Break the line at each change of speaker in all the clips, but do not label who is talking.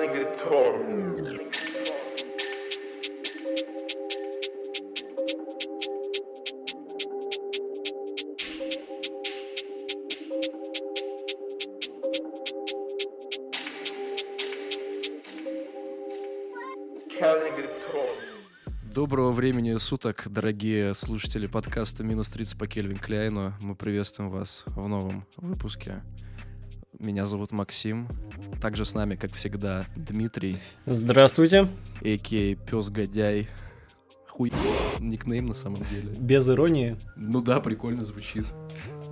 Калигатор. Калигатор.
Доброго времени суток, дорогие слушатели подкаста «Минус 30» по Кельвин Кляйну. Мы приветствуем вас в новом выпуске. Меня зовут Максим. Также с нами, как всегда, Дмитрий, а
Здравствуйте.
а.к.а. Пёс-годяй. Хуй... Никнейм на самом деле.
Без иронии.
Ну да, прикольно звучит.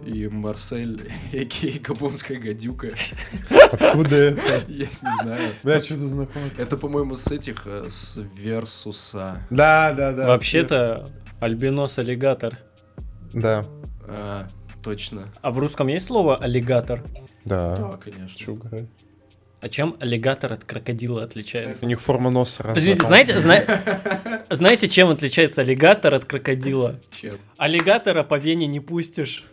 И Марсель, а.к.а. Габонская гадюка.
Откуда это?
Я не знаю.
Бля, что-то знакомое.
Это, по-моему, с этих, э, с Версуса.
Да, да, да.
Вообще-то альбинос аллигатор.
Да,
А, точно.
А в русском есть слово аллигатор?
да.
Да, конечно.
Чуга.
А чем аллигатор от крокодила отличается?
У них форма носа разная.
Подождите, знаете, зна- знаете, чем отличается аллигатор от крокодила?
Чем?
Аллигатора по вене не пустишь.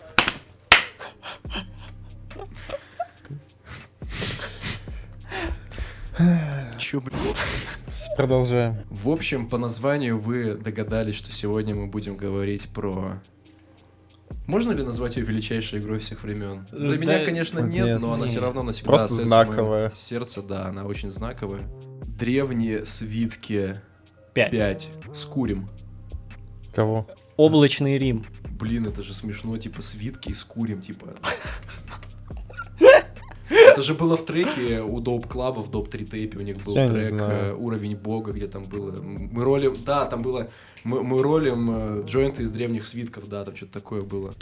Чё, блин?
Продолжаем.
В общем, по названию вы догадались, что сегодня мы будем говорить про... Можно ли назвать ее величайшей игрой всех времен? Для
Э, Да,
меня, конечно, нет,
нет.
но она все равно навсегда
Просто
остается в моем
знаковая.
сердце, да, она очень знаковая. Древние свитки
Пять.
5. Скурим.
Кого?
Облачный Рим.
Блин, это же смешно, типа свитки и скурим, типа. Это же было в треке у Доп Клаба, в Доп 3 тейпе у них был
Я не
трек
знаю.
э, «Уровень Бога», где там было... м, Мы ролим... Да, там было... Мы, мы ролим э, джойнты из древних свитков, да, там что-то такое было.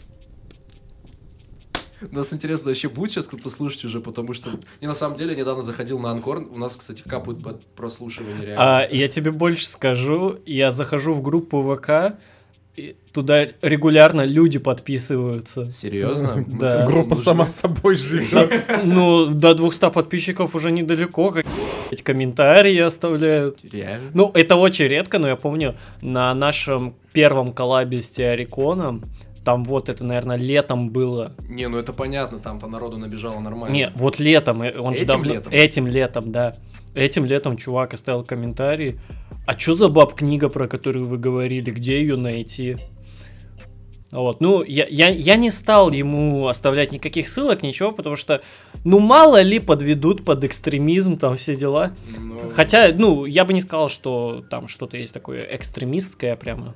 Нас интересно, вообще будет сейчас кто-то слушать уже, потому что... Не, на самом деле, недавно заходил на Анкор, у нас, кстати, капают под прослушивание реально.
А я тебе больше скажу, я захожу в группу ВК, и туда регулярно люди подписываются.
Серьезно? Мы
Да.
как бы
Группа
нужны.
сама собой живет.
Ну, до 200 подписчиков уже недалеко, как блядь, комментарии оставляют.
Реально?
Ну, это очень редко, но я помню, на нашем первом коллабе с Теориконом, там вот это, наверное, летом было.
Не, ну это понятно, там-то народу набежало нормально.
Не, вот летом, э, он же
Этим
давно-
летом?
Этим летом, да. Этим летом чувак оставил комментарий. А чё за баб книга, про которую вы говорили, где ее найти? Вот, ну, я, я, я не стал ему оставлять никаких ссылок, ничего, потому что, ну, мало ли подведут под экстремизм, там все дела.
Ну,
Хотя, ну, я бы не сказал, что там что-то есть такое экстремистское прямо.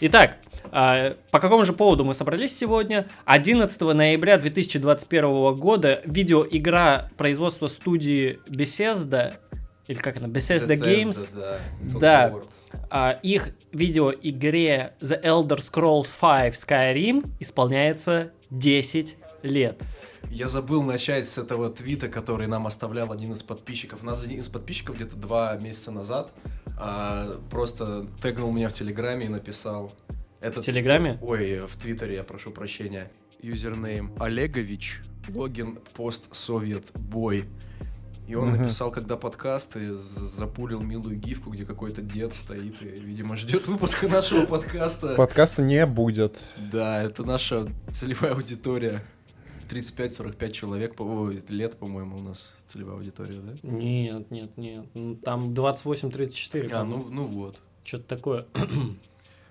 Итак, а, по какому же поводу мы собрались сегодня? 11 ноября 2021 года видеоигра производства студии Bethesda, или как она, Bethesda, Games,
да.
Да.
Total War.
а, их видеоигре The Elder Scrolls V Skyrim исполняется 10 лет.
Я забыл начать с этого твита, который нам оставлял один из подписчиков. Нас один из подписчиков где-то два месяца назад а, просто тегнул меня в Телеграме и написал.
В
Это
Телеграме?
Ой, в Твиттере, я прошу прощения. Юзернейм Олегович, логин постсовет бой. И он
Мгм.
написал, когда подкаст, и з- запулил милую гифку, где какой-то дед стоит и, видимо, ждет выпуска нашего подкаста.
Подкаста не будет.
Да, это наша целевая аудитория. 35-45 человек, по- ой, лет, по-моему, у нас целевая аудитория, да?
Нет, нет, нет. Ну, Там 28-34.
А, ну, ну вот.
Что-то такое.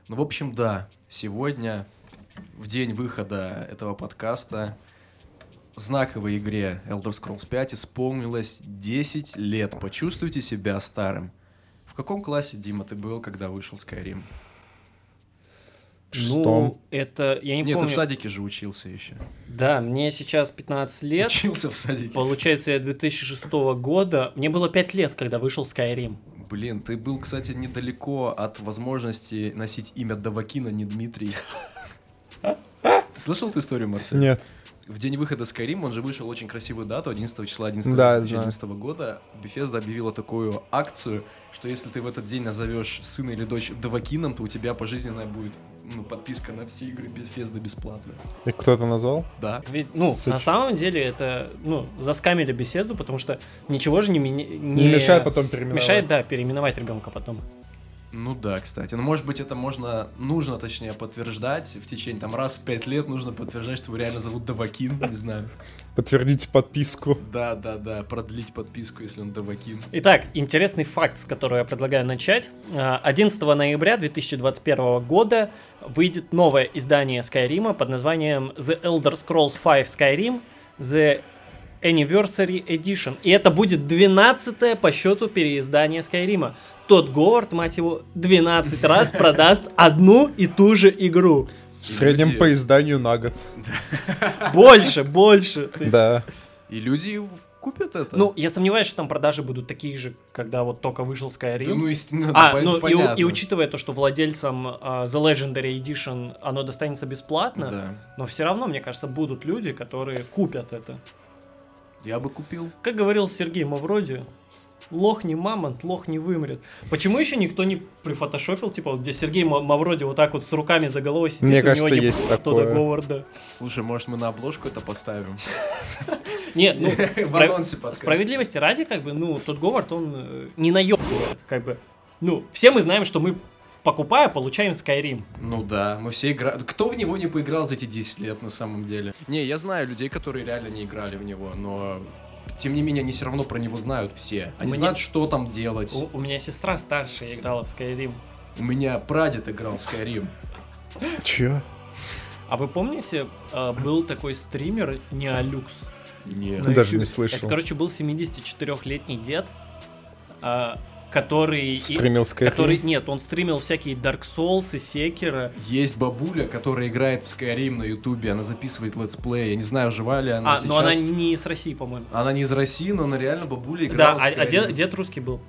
Ну, в общем, да, сегодня, в день выхода этого подкаста, знаковой игре Elder Scrolls 5 исполнилось 10 лет. Почувствуйте себя старым. В каком классе, Дима, ты был, когда вышел Skyrim?
В шестом.
Ну, это, я не
Нет,
помню.
ты в садике же учился еще.
Да, мне сейчас 15 лет.
Учился в садике.
Получается, я 2006 года. Мне было 5 лет, когда вышел Skyrim.
Блин, ты был, кстати, недалеко от возможности носить имя Давакина, не Дмитрий. Ты слышал эту историю, Марсель?
Нет.
В день выхода Skyrim, он же вышел очень красивую дату, 11 числа 11
Да, я
2011 года. Bethesda объявила такую акцию, что если ты в этот день назовешь сына или дочь Давакином, то у тебя пожизненная будет ну, подписка на все игры Bethesda бесплатно.
И кто-то назвал?
Да.
Ведь, ну,
Сыч.
на самом деле, это, ну, заскамили беседу, потому что ничего же не... меня-
Не мешает потом переименовать.
Мешает, да, переименовать ребенка потом.
Ну да, кстати. Ну, может быть, это можно, нужно, точнее, подтверждать в течение, там, раз в пять лет нужно подтверждать, что его реально зовут Давакин, не знаю.
Подтвердите подписку.
Да, да, да, продлить подписку, если он Давакин.
Итак, интересный факт, с которого я предлагаю начать. А, 11 ноября 2021 года выйдет новое издание Skyrim под названием The Elder Scrolls V Skyrim The Anniversary Edition. И это будет 12 по счету переиздание Skyrim. Тот Говард, мать его, 12 раз продаст одну и ту же игру.
В среднем
Люди.
по изданию на год.
Больше, больше. Ты-
Да.
И люди купят это.
Ну, я сомневаюсь, что там продажи будут такие же, когда вот только вышел Skyrim.
Да, ну, естественно,
А,
поэтому
ну и, у-
понятно.
и учитывая то, что владельцам а, The Legendary Edition оно достанется бесплатно,
Да.
но все равно, мне кажется, будут люди, которые купят это.
Я бы купил.
Как говорил Сергей Мавроди, лох не мамонт, лох не вымрет. Почему еще никто не прифотошопил, типа, вот где Сергей Ма- Мавроди вот так вот с руками за головой сидит,
Мне
у
кажется,
него не
есть
было Тодда
такое.
Говарда.
Слушай, может, мы на обложку это поставим?
Нет, ну,
В
спра-
анонсе подкаста.
Справедливости ради, как бы, ну, тот Говард, он э, не наебывает, как бы. Ну, все мы знаем, что мы, покупая, получаем Skyrim.
Ну да, мы все играли. Кто в него не поиграл за эти 10 лет на самом деле? Не, я знаю людей, которые реально не играли в него, но тем не менее они все равно про него знают все. Они
Мне-
знают, что там делать.
У, у меня сестра старшая играла в Skyrim.
У меня прадед играл в Skyrim.
Чё?
А вы помните, э, был такой стример Неолюкс?
Нет.
На
Даже
YouTube.
не
Это,
слышал.
короче, был 74-летний дед, а, который... и-
Стримил
который,
Skyrim.
нет, он стримил всякие Dark Souls и Секера.
Есть бабуля, которая играет в Skyrim на Ютубе, она записывает летсплей. Я не знаю, жива ли она
А,
сейчас.
но она не с России, по-моему.
Она не из России, но она реально бабуля
Да,
играла
а,
в
а дед,
Skyrim.
дед русский был.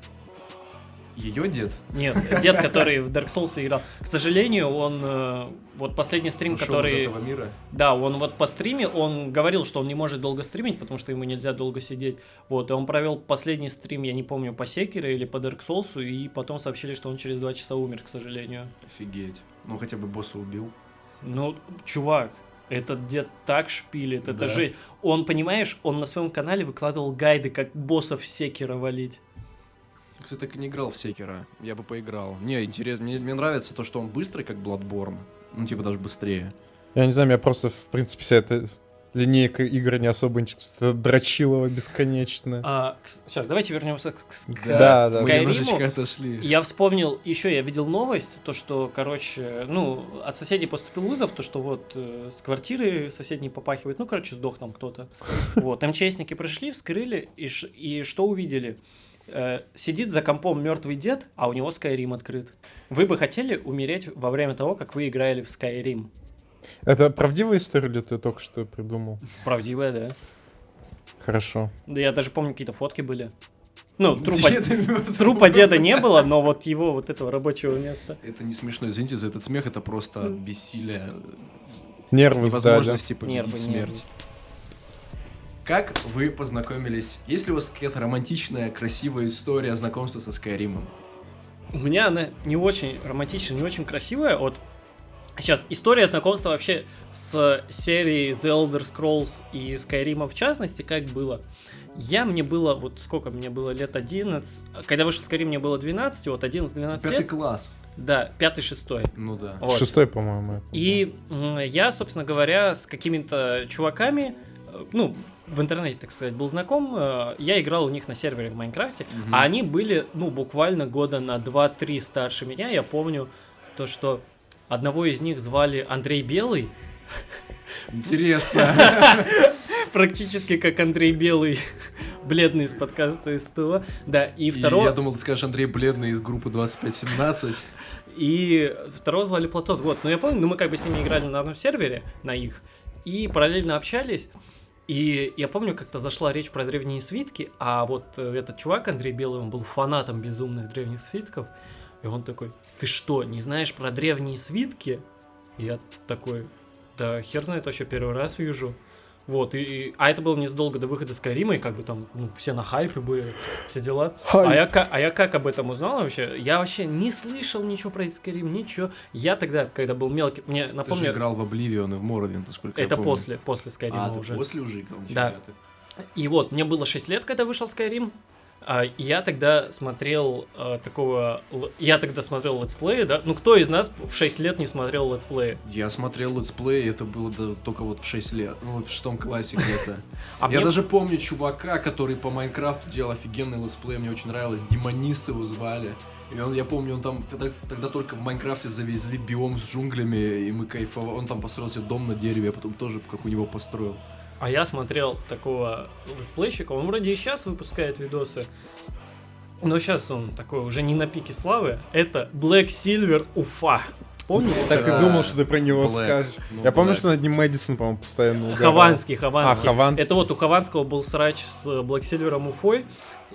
Ее дед?
Нет, дед, который в Dark Souls играл. К сожалению, он... э, Вот последний стрим,
Ушел из
который...
этого мира.
Да, он вот по стриме, он говорил, что он не может долго стримить, потому что ему нельзя долго сидеть. Вот, и он провел последний стрим, я не помню, по Секере или по Dark Souls, и потом сообщили, что он через два часа умер, к сожалению.
Офигеть. Ну хотя бы босса убил.
Ну, чувак, этот дед так шпилит, это
Да.
жесть. Он, понимаешь, он на своем канале выкладывал гайды, как боссов Секера валить.
Я, Кстати, так и не играл в Секера. Я бы поиграл. Не, интересно. Мне, мне нравится то, что он быстрый, как Bloodborne. Ну, типа, даже быстрее.
Я не знаю, меня просто, в принципе, вся эта линейка игр не особо интересует. Это Дрочилова
А.
бесконечно.
сейчас, давайте вернемся к, к- к-
Да, да.
Мы
Скайриму
немножечко отошли.
Я вспомнил, еще я видел новость, то что, короче, ну, от соседей поступил вызов, то что вот э, с квартиры соседней попахивает, ну, короче, сдох там кто-то. Вот, МЧСники пришли, вскрыли, и, ш- и что увидели? Э, сидит за компом мертвый дед, а у него Skyrim открыт. Вы бы хотели умереть во время того, как вы играли в Skyrim?
Это правдивая история или ты только что придумал?
Правдивая, да?
Хорошо.
Да я даже помню, какие-то фотки были. Ну, трупа,
Деда мёртвого.
трупа деда не было, но вот его, вот этого рабочего места.
Это не смешно, извините за этот смех, это просто бессилие
Нервы сдали.
возможности победить
Нервы,
смерть.
нервы.
Как вы познакомились? Есть ли у вас какая-то романтичная, красивая история знакомства со Скайримом?
У меня она не очень романтичная, не очень красивая. Вот сейчас история знакомства вообще с серией The Elder Scrolls и Skyrim в частности, как было. Я мне было, вот сколько мне было лет 11, когда вышел Skyrim мне было 12, вот 11-12
Пятый
лет,
класс.
да, 5-6.
Ну да.
Вот.
Шестой, по-моему. это.
И м, я, собственно говоря, с какими-то чуваками, э, ну, в интернете, так сказать, был знаком. э, Я играл у них на сервере в Майнкрафте,
Мгм.
а они были, ну, буквально года на 2-3 старше меня. Я помню то, что одного из них звали Андрей Белый,
Интересно.
практически как Андрей Белый, бледный из подкаста СТО. Да, и
И
второго...
Я думал, ты скажешь Андрей Бледный из группы 2517.
И второго звали Платон. Вот, ну я помню, ну мы как бы с ними играли на одном сервере, на их, и параллельно общались. И я помню, как-то зашла речь про древние свитки, а вот э, этот чувак, Андрей Белый, он был фанатом безумных древних свитков. И он такой, ты что, не знаешь про древние свитки? И я такой, да хер знает, вообще первый раз вижу. Вот, и, и- а это было незадолго до выхода Скайрима, и как бы там ну, все на хайпе были, все дела. А я, ка- а я как об этом узнал вообще? Я вообще не слышал ничего про этот Skyrim, ничего. Я тогда, когда был мелкий, мне
Ты же
напомню,
играл в Обливион и в Морвин, сколько я
это
помню.
после, после Skyrim
А, ты
уже.
после уже играл? Нифига
Да.
ты.
И вот, мне было 6 лет, когда вышел Skyrim. Э, А, Я тогда смотрел а, такого... л- Я тогда смотрел летсплеи, да? Ну, кто из нас в 6 лет не смотрел летсплеи?
Я смотрел летсплей, это было да, только вот в 6 лет, ну, в шестом классе где-то.
А
я
мне-
даже помню чувака, который по Майнкрафту делал офигенный летсплей, мне очень нравилось, Демонист его звали. И он, я помню, он там тогда, тогда только в Майнкрафте завезли биом с джунглями, и мы кайфовали. Он там построил себе дом на дереве, я потом тоже, как у него, построил.
А я смотрел такого летсплейщика, он вроде и сейчас выпускает видосы, но сейчас он такой уже не на пике славы. Это Black Silver Уфа. Помнишь?
Так
Да.
и думал, что ты про него
э, Блэк.
скажешь.
Ну,
Я помню,
Блэк.
что над ним Мэдисон, по-моему, постоянно угорал.
Хованский, Хованский.
А, Хованский.
Это вот у Хованского был срач с э, Black Silver Уфой.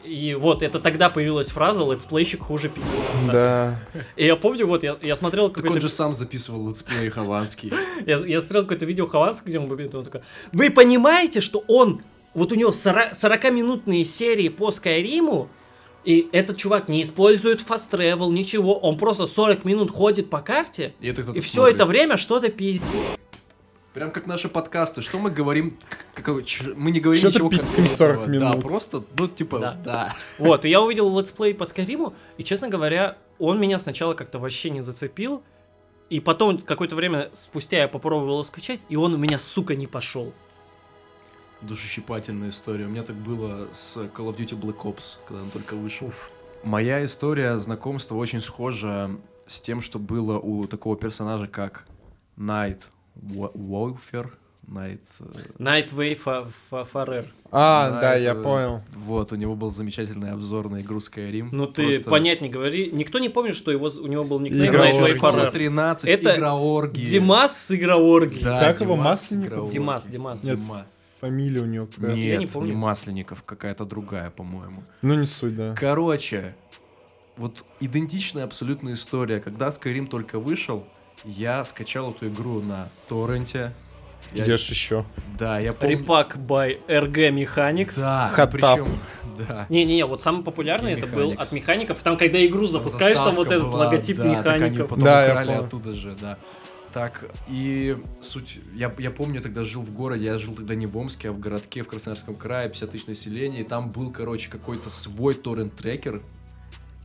И вот это тогда появилась фраза «летсплейщик хуже пики».
Да.
И я помню, вот я, я смотрел
Так он
какой-то
же сам записывал летсплей Хованский.
Я, я смотрел какое-то видео Хованского, где он бубнит, он такой, вы понимаете, что он, вот у него 40-минутные серии по Скайриму, и этот чувак не использует фаст travel, ничего, он просто 40 минут ходит по карте,
И это кто-то
и все
смотрит.
это время что-то пиздит.
Прям как наши подкасты, что мы говорим, к- как- ч- мы не говорим
Чё-то
ничего
пиздим
конкретного.
40
Да,
минут.
просто, ну, типа,
Да.
да.
Вот, и я увидел летсплей по Скайриму, и, честно говоря, он меня сначала как-то вообще не зацепил, и потом какое-то время спустя я попробовал его скачать, и он у меня, сука, не пошел.
душещипательная история. У меня так было с Call of Duty Black Ops, когда он только вышел. Моя история знакомства очень схожа с тем, что было у такого персонажа, как Найт Уо- Уолфер. Найт... э,
Nightwave Фарер.
А,
Найт,
да, я
э,
понял.
Вот, у него был замечательный обзор на игру Skyrim.
Ну ты
Просто
понять не говори. Никто не помнит, что его, з- у него был никнейм
Игра
Nightwave
Оргии.
Игра
Horror.
Оргии. 13,
Это
игра Оргии.
Димас с игроорги.
Да,
Как его,
Димас,
Масленников?
игра Оргии.
Димас, Димас.
Нет.
Дима.
Фамилия у него какая.
Нет,
Я не
не,
помню.
Масленников, какая-то другая, по-моему.
Ну не суть, да.
Короче, вот идентичная абсолютная история. Когда Skyrim только вышел, я скачал эту игру на торренте. Я-
Где ж еще?
Да, я помню.
Репак by RG Mechanics.
Да,
Hot
причем... Да.
Не-не-не, вот самый популярный
И
это был
Mechanics.
от механиков. Там, когда игру запускаешь, там вот
Заставка
этот
была,
логотип
да, так они
механиков.
потом
Да, я
украли
помню.
оттуда же, да. Так, и суть, я, я помню, я тогда жил в городе, я жил тогда не в Омске, а в городке в Красноярском крае, 50 тысяч населения, и там был, короче, какой-то свой торрент-трекер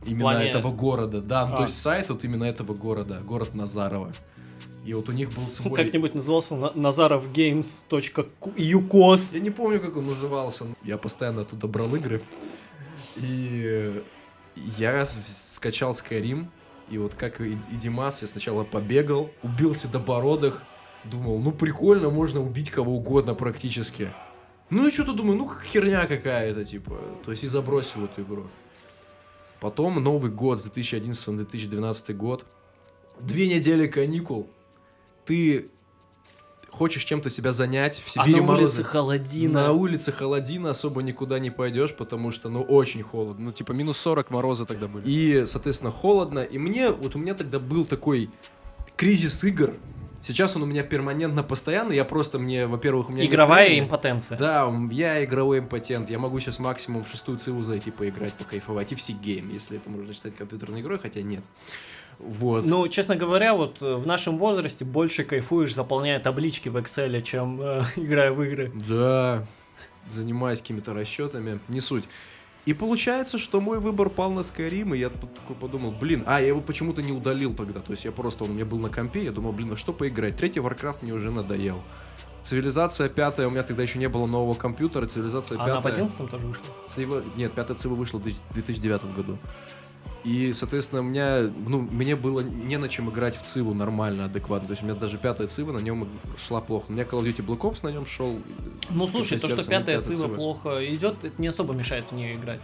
именно
плане-
этого города, да, ну,
А.
то есть сайт вот именно этого города, город Назарова. И вот у них был свой...
Как-нибудь назывался на- nazarovgames.ucos.
Я не помню, как он назывался. но Я постоянно оттуда брал игры. И я скачал Skyrim. И вот как и, и Димас, я сначала побегал, убил седобородых. Думал, ну прикольно, можно убить кого угодно практически. Ну и что-то думаю, ну херня какая-то, типа. То есть и забросил эту игру. Потом Новый год, с 2011 на 2012 год. Две недели каникул. Ты хочешь чем-то себя занять. В
А
Сибири
на
морозы.
улице холодина.
На улице холодина, особо никуда не пойдешь, потому что, ну, очень холодно. Ну, типа, минус 40 мороза тогда были. И, соответственно, холодно. И мне, вот у меня тогда был такой кризис игр. Сейчас он у меня перманентно постоянный. Я просто мне, во-первых, у меня... нет
Игровая
времени.
импотенция.
Да, м, я игровой импотент. Я могу сейчас максимум в шестую циву зайти поиграть, покайфовать. И в Сигейм, если это можно считать компьютерной игрой, хотя нет. Вот.
Ну, честно говоря, вот э, в нашем возрасте больше кайфуешь, заполняя таблички в Excel, чем э, играя в игры.
Да, занимаюсь какими-то расчетами, не суть. И получается, что мой выбор пал на Skyrim, и я п- такой подумал, блин, а, я его почему-то не удалил тогда, то есть я просто, он у меня был на компе, я думал, блин, а что поиграть? Третий Warcraft мне уже надоел. Цивилизация пятая, у меня тогда еще не было нового компьютера, цивилизация
Она А в
пятая...
11 тоже вышла.
Цива- Нет, пятая цива вышла в 2009 году. И, соответственно, у меня, ну, мне было не на чем играть в циву нормально, адекватно. То есть у меня даже пятая цива на нем шла плохо. У меня Call of Duty Black Ops на нем шел. э,
Ну
с
слушай,
каким-то
то, что
сердцем, и
пятая цива
цива.
плохо идет, это не особо мешает в нее играть.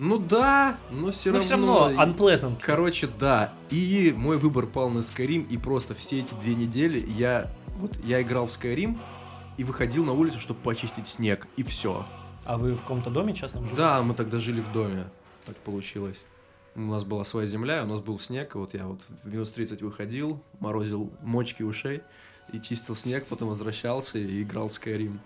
Ну да, но все
Но
равно.
все Ну, равно unpleasant.
Короче, да. И мой выбор пал на Skyrim, и просто все эти две недели я вот я играл в Skyrim и выходил на улицу, чтобы почистить снег, и все.
А вы в каком-то доме частном живете?
Да, мы тогда жили в доме. Так получилось. У нас была своя земля, у нас был снег, и вот я вот в минус 30 выходил, морозил мочки ушей и чистил снег, потом возвращался и играл в Skyrim.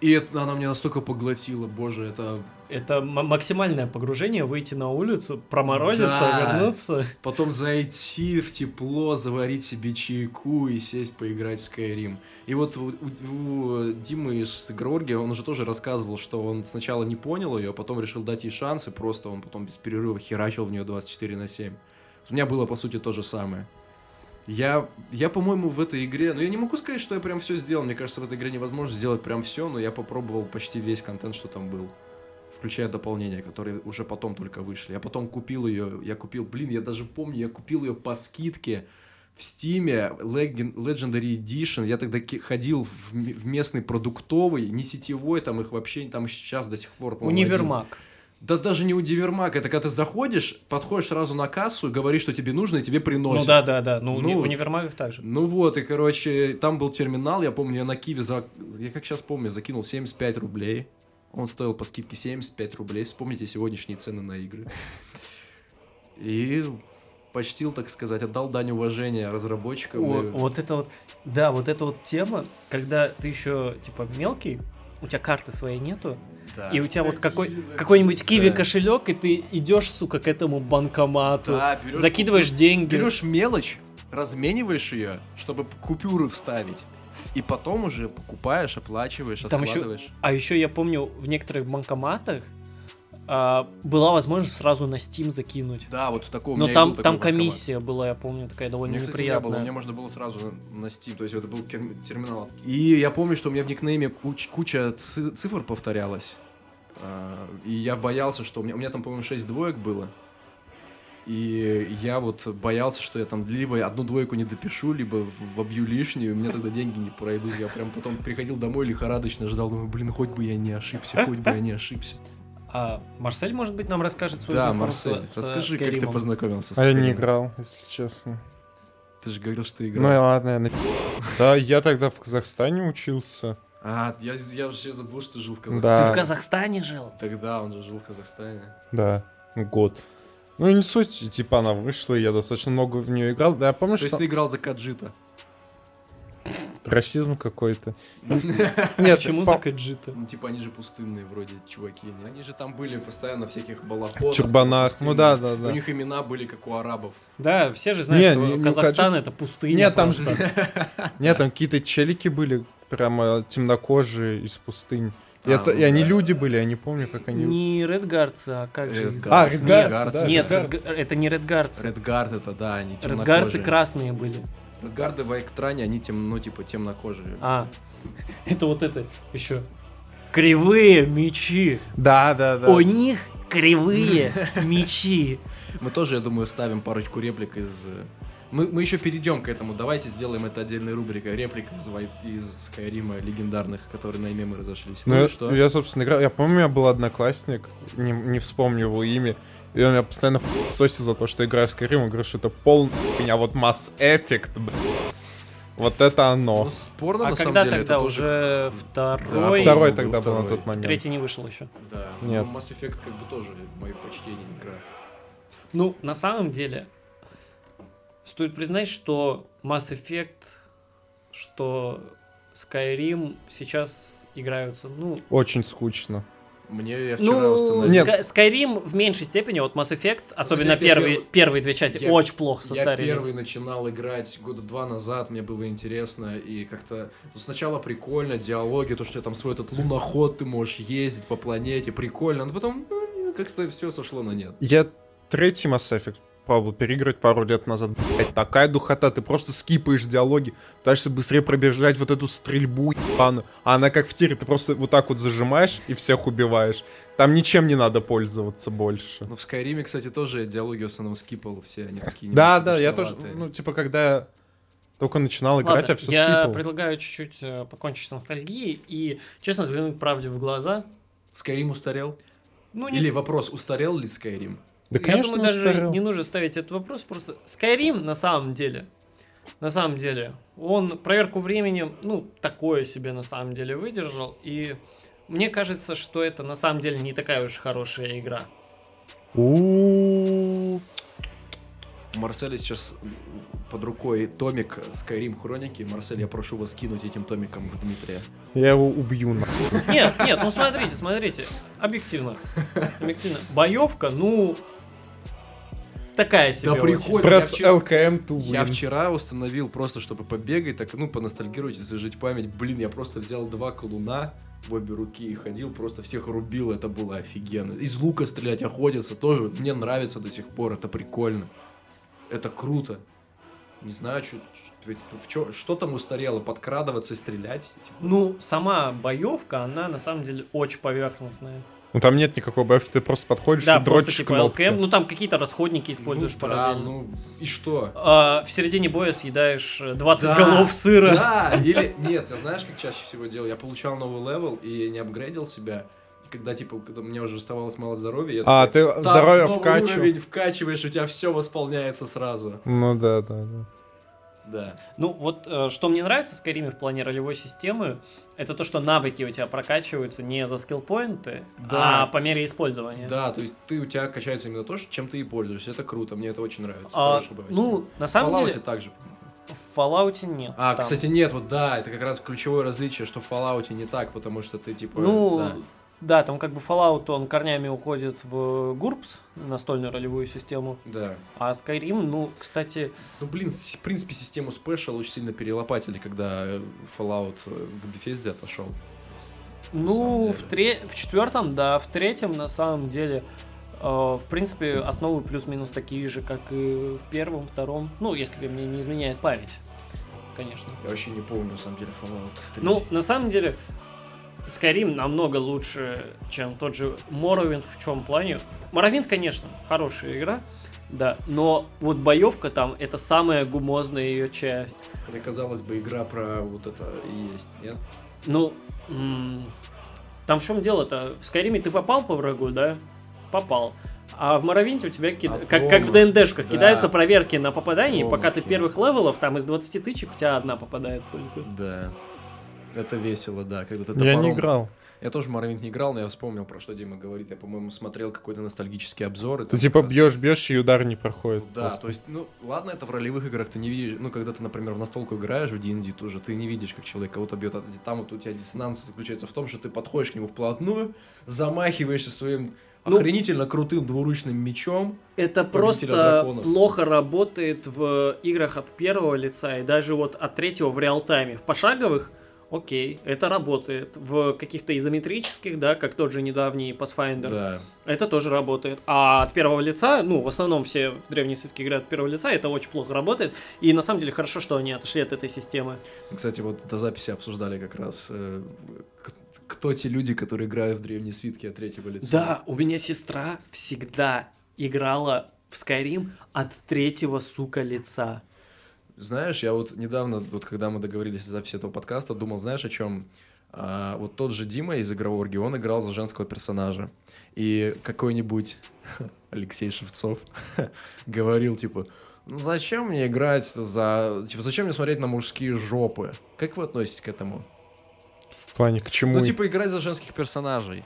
И это, она меня настолько поглотила, боже, это...
Это м- максимальное погружение, выйти на улицу, проморозиться,
Да.
вернуться.
Потом зайти в тепло, заварить себе чайку и сесть поиграть в Skyrim. И вот у, у- у Димы из Георгия, он уже тоже рассказывал, что он сначала не понял ее, а потом решил дать ей шанс, и просто он потом без перерыва херачил в нее 24 на 7. У меня было, по сути, то же самое. Я, я, по-моему, в этой игре, ну я не могу сказать, что я прям все сделал, мне кажется, в этой игре невозможно сделать прям все, но я попробовал почти весь контент, что там был включая дополнения, которые уже потом только вышли. Я потом купил ее, я купил, блин, я даже помню, я купил ее по скидке в Стиме, Legend- Legendary Edition. Я тогда ки- ходил в, м- в местный продуктовый, не сетевой, там их вообще, там сейчас до сих пор, по-моему, один.
Универмаг.
Да даже не универмаг, это когда ты заходишь, подходишь сразу на кассу, говоришь, что тебе нужно, и тебе приносят.
Ну да, да, да. Ну, уни-
Ну,
универмагах также.
Ну вот, и, короче, там был терминал, я помню, я на Киеве, за... я как сейчас помню, закинул 75 рублей. Он стоил по скидке 75 рублей. Вспомните сегодняшние цены на игры. И почтил, так сказать, отдал дань уважения разработчикам.
О,
и-
вот это вот, да, вот эта вот тема, когда ты еще типа мелкий, у тебя карты своей нету,
Да.
и у тебя вот какой какой-нибудь киви
Да.
кошелек, и ты идешь, сука, к этому банкомату,
Да, берёшь-
закидываешь деньги.
Берешь мелочь, размениваешь ее, чтобы купюры вставить. И потом уже покупаешь, оплачиваешь,
Там ещё-
откладываешь.
А еще я помню в некоторых банкоматах а, была возможность сразу на Steam закинуть.
Да, вот в таком у
Но
меня и
там,
был такой
там
банкомат.
комиссия была, я помню, такая довольно
Мне, кстати, не было,
неприятная.
мне можно было сразу на Steam, то есть это был кер- терминал. И я помню, что у меня в никнейме куч- куча ци- цифр повторялась. А, И я боялся, что у меня, у меня там, по-моему, 6 двоек было. И я вот боялся, что я там либо одну двойку не допишу, либо в- вобью лишнюю, и мне тогда деньги не пройдут. Я прям потом приходил домой лихорадочно ждал, думаю, блин, хоть бы я не ошибся, хоть бы я не ошибся.
А Марсель, может быть, нам расскажет свой
Да,
знакомство
Марсель,
с-
расскажи,
с
как ты
Скайримом.
познакомился с
А я не
Скайримом?
играл, если честно.
Ты же говорил, что ты
Ну и
играл.
ладно, я на... Да, я тогда в Казахстане учился.
А, я, я вообще забыл, что жил в Казахстане.
Да.
Ты в Казахстане жил?
Тогда он же жил в Казахстане.
Да, ну, год. Ну и не суть, и типа она вышла, и я достаточно много в нее играл. Да, я помню,
То
что
есть ты играл за Каджита.
расизм какой-то.
Нет,
Нет,
Почему
по-
за каджита?
Ну, типа, они же пустынные вроде чуваки. не? Они же там были постоянно всяких балахонах.
Чурбанах,
пустынных.
ну да, да,
У
да.
них имена были как у арабов.
Да, все же знают,
Не,
что
не- не
Казахстан это пустыня.
Нет, там
просто.
Нет, там какие-то челики были, прямо темнокожие из пустынь. И,
А,
это,
ну
и они
да.
люди были, я не помню, как они...
Не редгардцы, а как же их
Редгардцы.
А,
зовут?
Редгардс,
Редгардс,
да,
Нет,
Редгардс.
Редга- это не редгардцы.
Редгард это, да, они темнокожие.
Редгардцы красные были.
Редгарды в Айктране, они тем, ну, типа, темнокожие.
А, это вот это еще. Кривые мечи.
Да, да, да.
У них кривые мечи.
Мы тоже, я думаю, ставим парочку реплик из... э, Мы, мы еще перейдем к этому. Давайте сделаем это отдельной рубрикой. Реплик из, Вай- из Скайрима легендарных, которые на мемы разошлись.
Ну,
и
я, я, собственно, играл. Я помню, у меня был одноклассник, не, не вспомню его имя. И он меня постоянно сосил за то, что я играю в Skyrim. Он говорит, что это полный меня вот Mass Effect, блядь. Вот это
Ну,
оно.
спорно,
А
на самом
когда
деле,
тогда
это тоже
уже
Да,
второй?
Второй
был
тогда был на
второй.
тот момент.
Третий не вышел еще.
Да,
Нет.
ну, Mass Effect как бы тоже мое почтение игра.
Ну, на самом деле, стоит признать, что Mass Effect, что Skyrim сейчас играются, ну,
Очень скучно.
Мне я вчера
ну,
установил.
Нет.
Ска- Skyrim в меньшей степени, вот Mass Effect, особенно
я
первые,
первый-
первые две части,
я-
очень плохо
Я
состарились.
первый начинал играть года два назад, мне было интересно, и как-то ну, сначала прикольно, диалоги, то, что там свой этот луноход, ты можешь ездить по планете, прикольно, но потом ну, как-то все сошло на нет.
Я третий Mass Effect пробовал переиграть пару лет назад. Блядь, такая духота, ты просто скипаешь диалоги, пытаешься быстрее пробежать вот эту стрельбу ебаную. А она как в тире, ты просто вот так вот зажимаешь и всех убиваешь. Там ничем не надо пользоваться больше.
Ну, в Скайриме, кстати, тоже я диалоги в основном скипал, все они такие
Да,
немного
да, я тоже,
скучноватые.
ну, типа, когда я только начинал
Ладно,
играть, я все
я
скипал.
предлагаю чуть-чуть э, покончить с ностальгией и честно взглянуть правде в глаза.
Скайрим устарел?
Ну, не-
Или вопрос, устарел ли Скайрим?
Да, конечно,
я думаю, даже
устарел.
не нужно ставить этот вопрос, просто Skyrim на самом деле, на самом деле, он проверку временем, ну, такое себе на самом деле выдержал, и мне кажется, что это на самом деле не такая уж хорошая игра.
У-у-у.
У Марселя сейчас под рукой томик Скайрим Хроники. Марсель, я прошу вас кинуть этим томиком в Дмитрия.
Я его убью. на-
Нет, нет, ну смотрите, смотрите, объективно, объективно, боевка, ну, такая себе.
Да
очень.
приходит.
Пресс
я
LKM to
Я
win.
вчера установил просто, чтобы побегать, так, ну, поностальгировать, освежить память. Блин, я просто взял два колуна в обе руки и ходил, просто всех рубил, это было офигенно. Из лука стрелять охотиться тоже, мне нравится до сих пор, это прикольно. Это круто. Не знаю, чё- чё- в чё- что там устарело, подкрадываться и стрелять? Типа,
Ну, сама боевка, она на самом деле очень поверхностная.
Ну там нет никакой боевки, ты просто подходишь
Да,
и
просто
дрочишь
типа
кнопки.
LKM, ну там какие-то расходники используешь
ну, да,
параллельно.
ну, и что?
А, в середине боя съедаешь э, 20
Да,
голов сыра.
Да, или нет, ты знаешь, как чаще всего делал? Я получал новый левел и не апгрейдил себя. И Когда, типа, когда у меня уже оставалось мало здоровья, я
А,
такой,
ты
«Так,
здоровье
новый
вкачивал».
уровень вкачиваешь, у тебя все восполняется сразу.
Ну да, да, да.
Да.
Ну, вот э, что мне нравится в Скайриме в плане ролевой системы, это то, что навыки у тебя прокачиваются не за скиллпоинты,
Да.
а по мере использования.
Да, то есть ты у тебя качается именно то, что- чем ты и пользуешься. Это круто, мне это очень нравится.
А,
Хорошая боевая
ну, на
система.
самом
В Fallout'е
деле,
также.
в Fallout нет.
А,
там.
кстати, нет, вот да, это как раз ключевое различие, что в Fallout не так, потому что ты типа.
ну,
да.
да. там как бы Fallout, он корнями уходит в GURPS, настольную ролевую систему,
да.
а Skyrim, ну, кстати,
Ну, блин, с- в принципе, систему Special очень сильно перелопатили, когда э, Fallout э, к Bethesda отошел.
ну,
самом
в, тре- в четвертом, да, в третьем, на самом деле, э, в принципе, основы плюс-минус такие же, как и в первом, втором, ну, если мне не изменяет память, конечно.
Я вообще не помню, на самом деле, Fallout 3.
Ну, на самом деле, Skyrim намного лучше, чем тот же Morrowind в чем плане. Morrowind, конечно, хорошая игра, да, но вот боевка там это самая гумозная ее часть.
Мне казалось бы, игра про вот это и есть, нет?
Ну, м, там в чем дело-то? В Skyrim ты попал по врагу, да? Попал. А в Моровинте у тебя кид-
Обломы.
как, как в ДНДшках
Да.
кидаются проверки на попадание, и пока ты
Обломы.
первых левелов, там из 20 тычек у тебя одна попадает только.
Да. Это весело, да, когда ты
Я
топором-
не играл.
Я тоже в Morrowind не играл, но я вспомнил, про что Дима говорит. Я, по-моему, смотрел какой-то ностальгический обзор. и
Ты
там
типа
как раз-
бьешь, бьешь, и удар не проходит.
Да,
просто.
то есть, ну, ладно, это в ролевых играх ты не видишь, ну, когда ты, например, в настолку играешь в D&D тоже, ты не видишь, как человек кого-то бьет, а там вот у тебя диссонанс заключается в том, что ты подходишь к нему вплотную, замахиваешься своим
Ну-
охренительно крутым двуручным мечом,
Это
Повелителя
просто
драконов.
плохо работает в играх от первого лица и даже вот от третьего в реалтайме. В пошаговых, окей, это работает. В каких-то изометрических, да, как тот же недавний Pathfinder,
да,
это тоже работает. А от первого лица, ну, в основном все в древние сетки играют от первого лица, это очень плохо работает. И на самом деле хорошо, что они отошли от этой системы.
Кстати, вот до записи обсуждали как раз, э, к- кто те люди, которые играют в древние свитки от третьего лица.
Да, у меня сестра всегда играла в Skyrim от третьего, сука, лица.
Знаешь, я вот недавно, вот когда мы договорились о записи этого подкаста, думал, знаешь, о чем? вот тот же Дима из игрового орги, он играл за женского персонажа. И какой-нибудь Алексей Шевцов говорил, типа, ну зачем мне играть за... Типа, зачем мне смотреть на мужские жопы? Как вы относитесь к этому?
В плане к чему?
Ну, типа, играть за женских персонажей.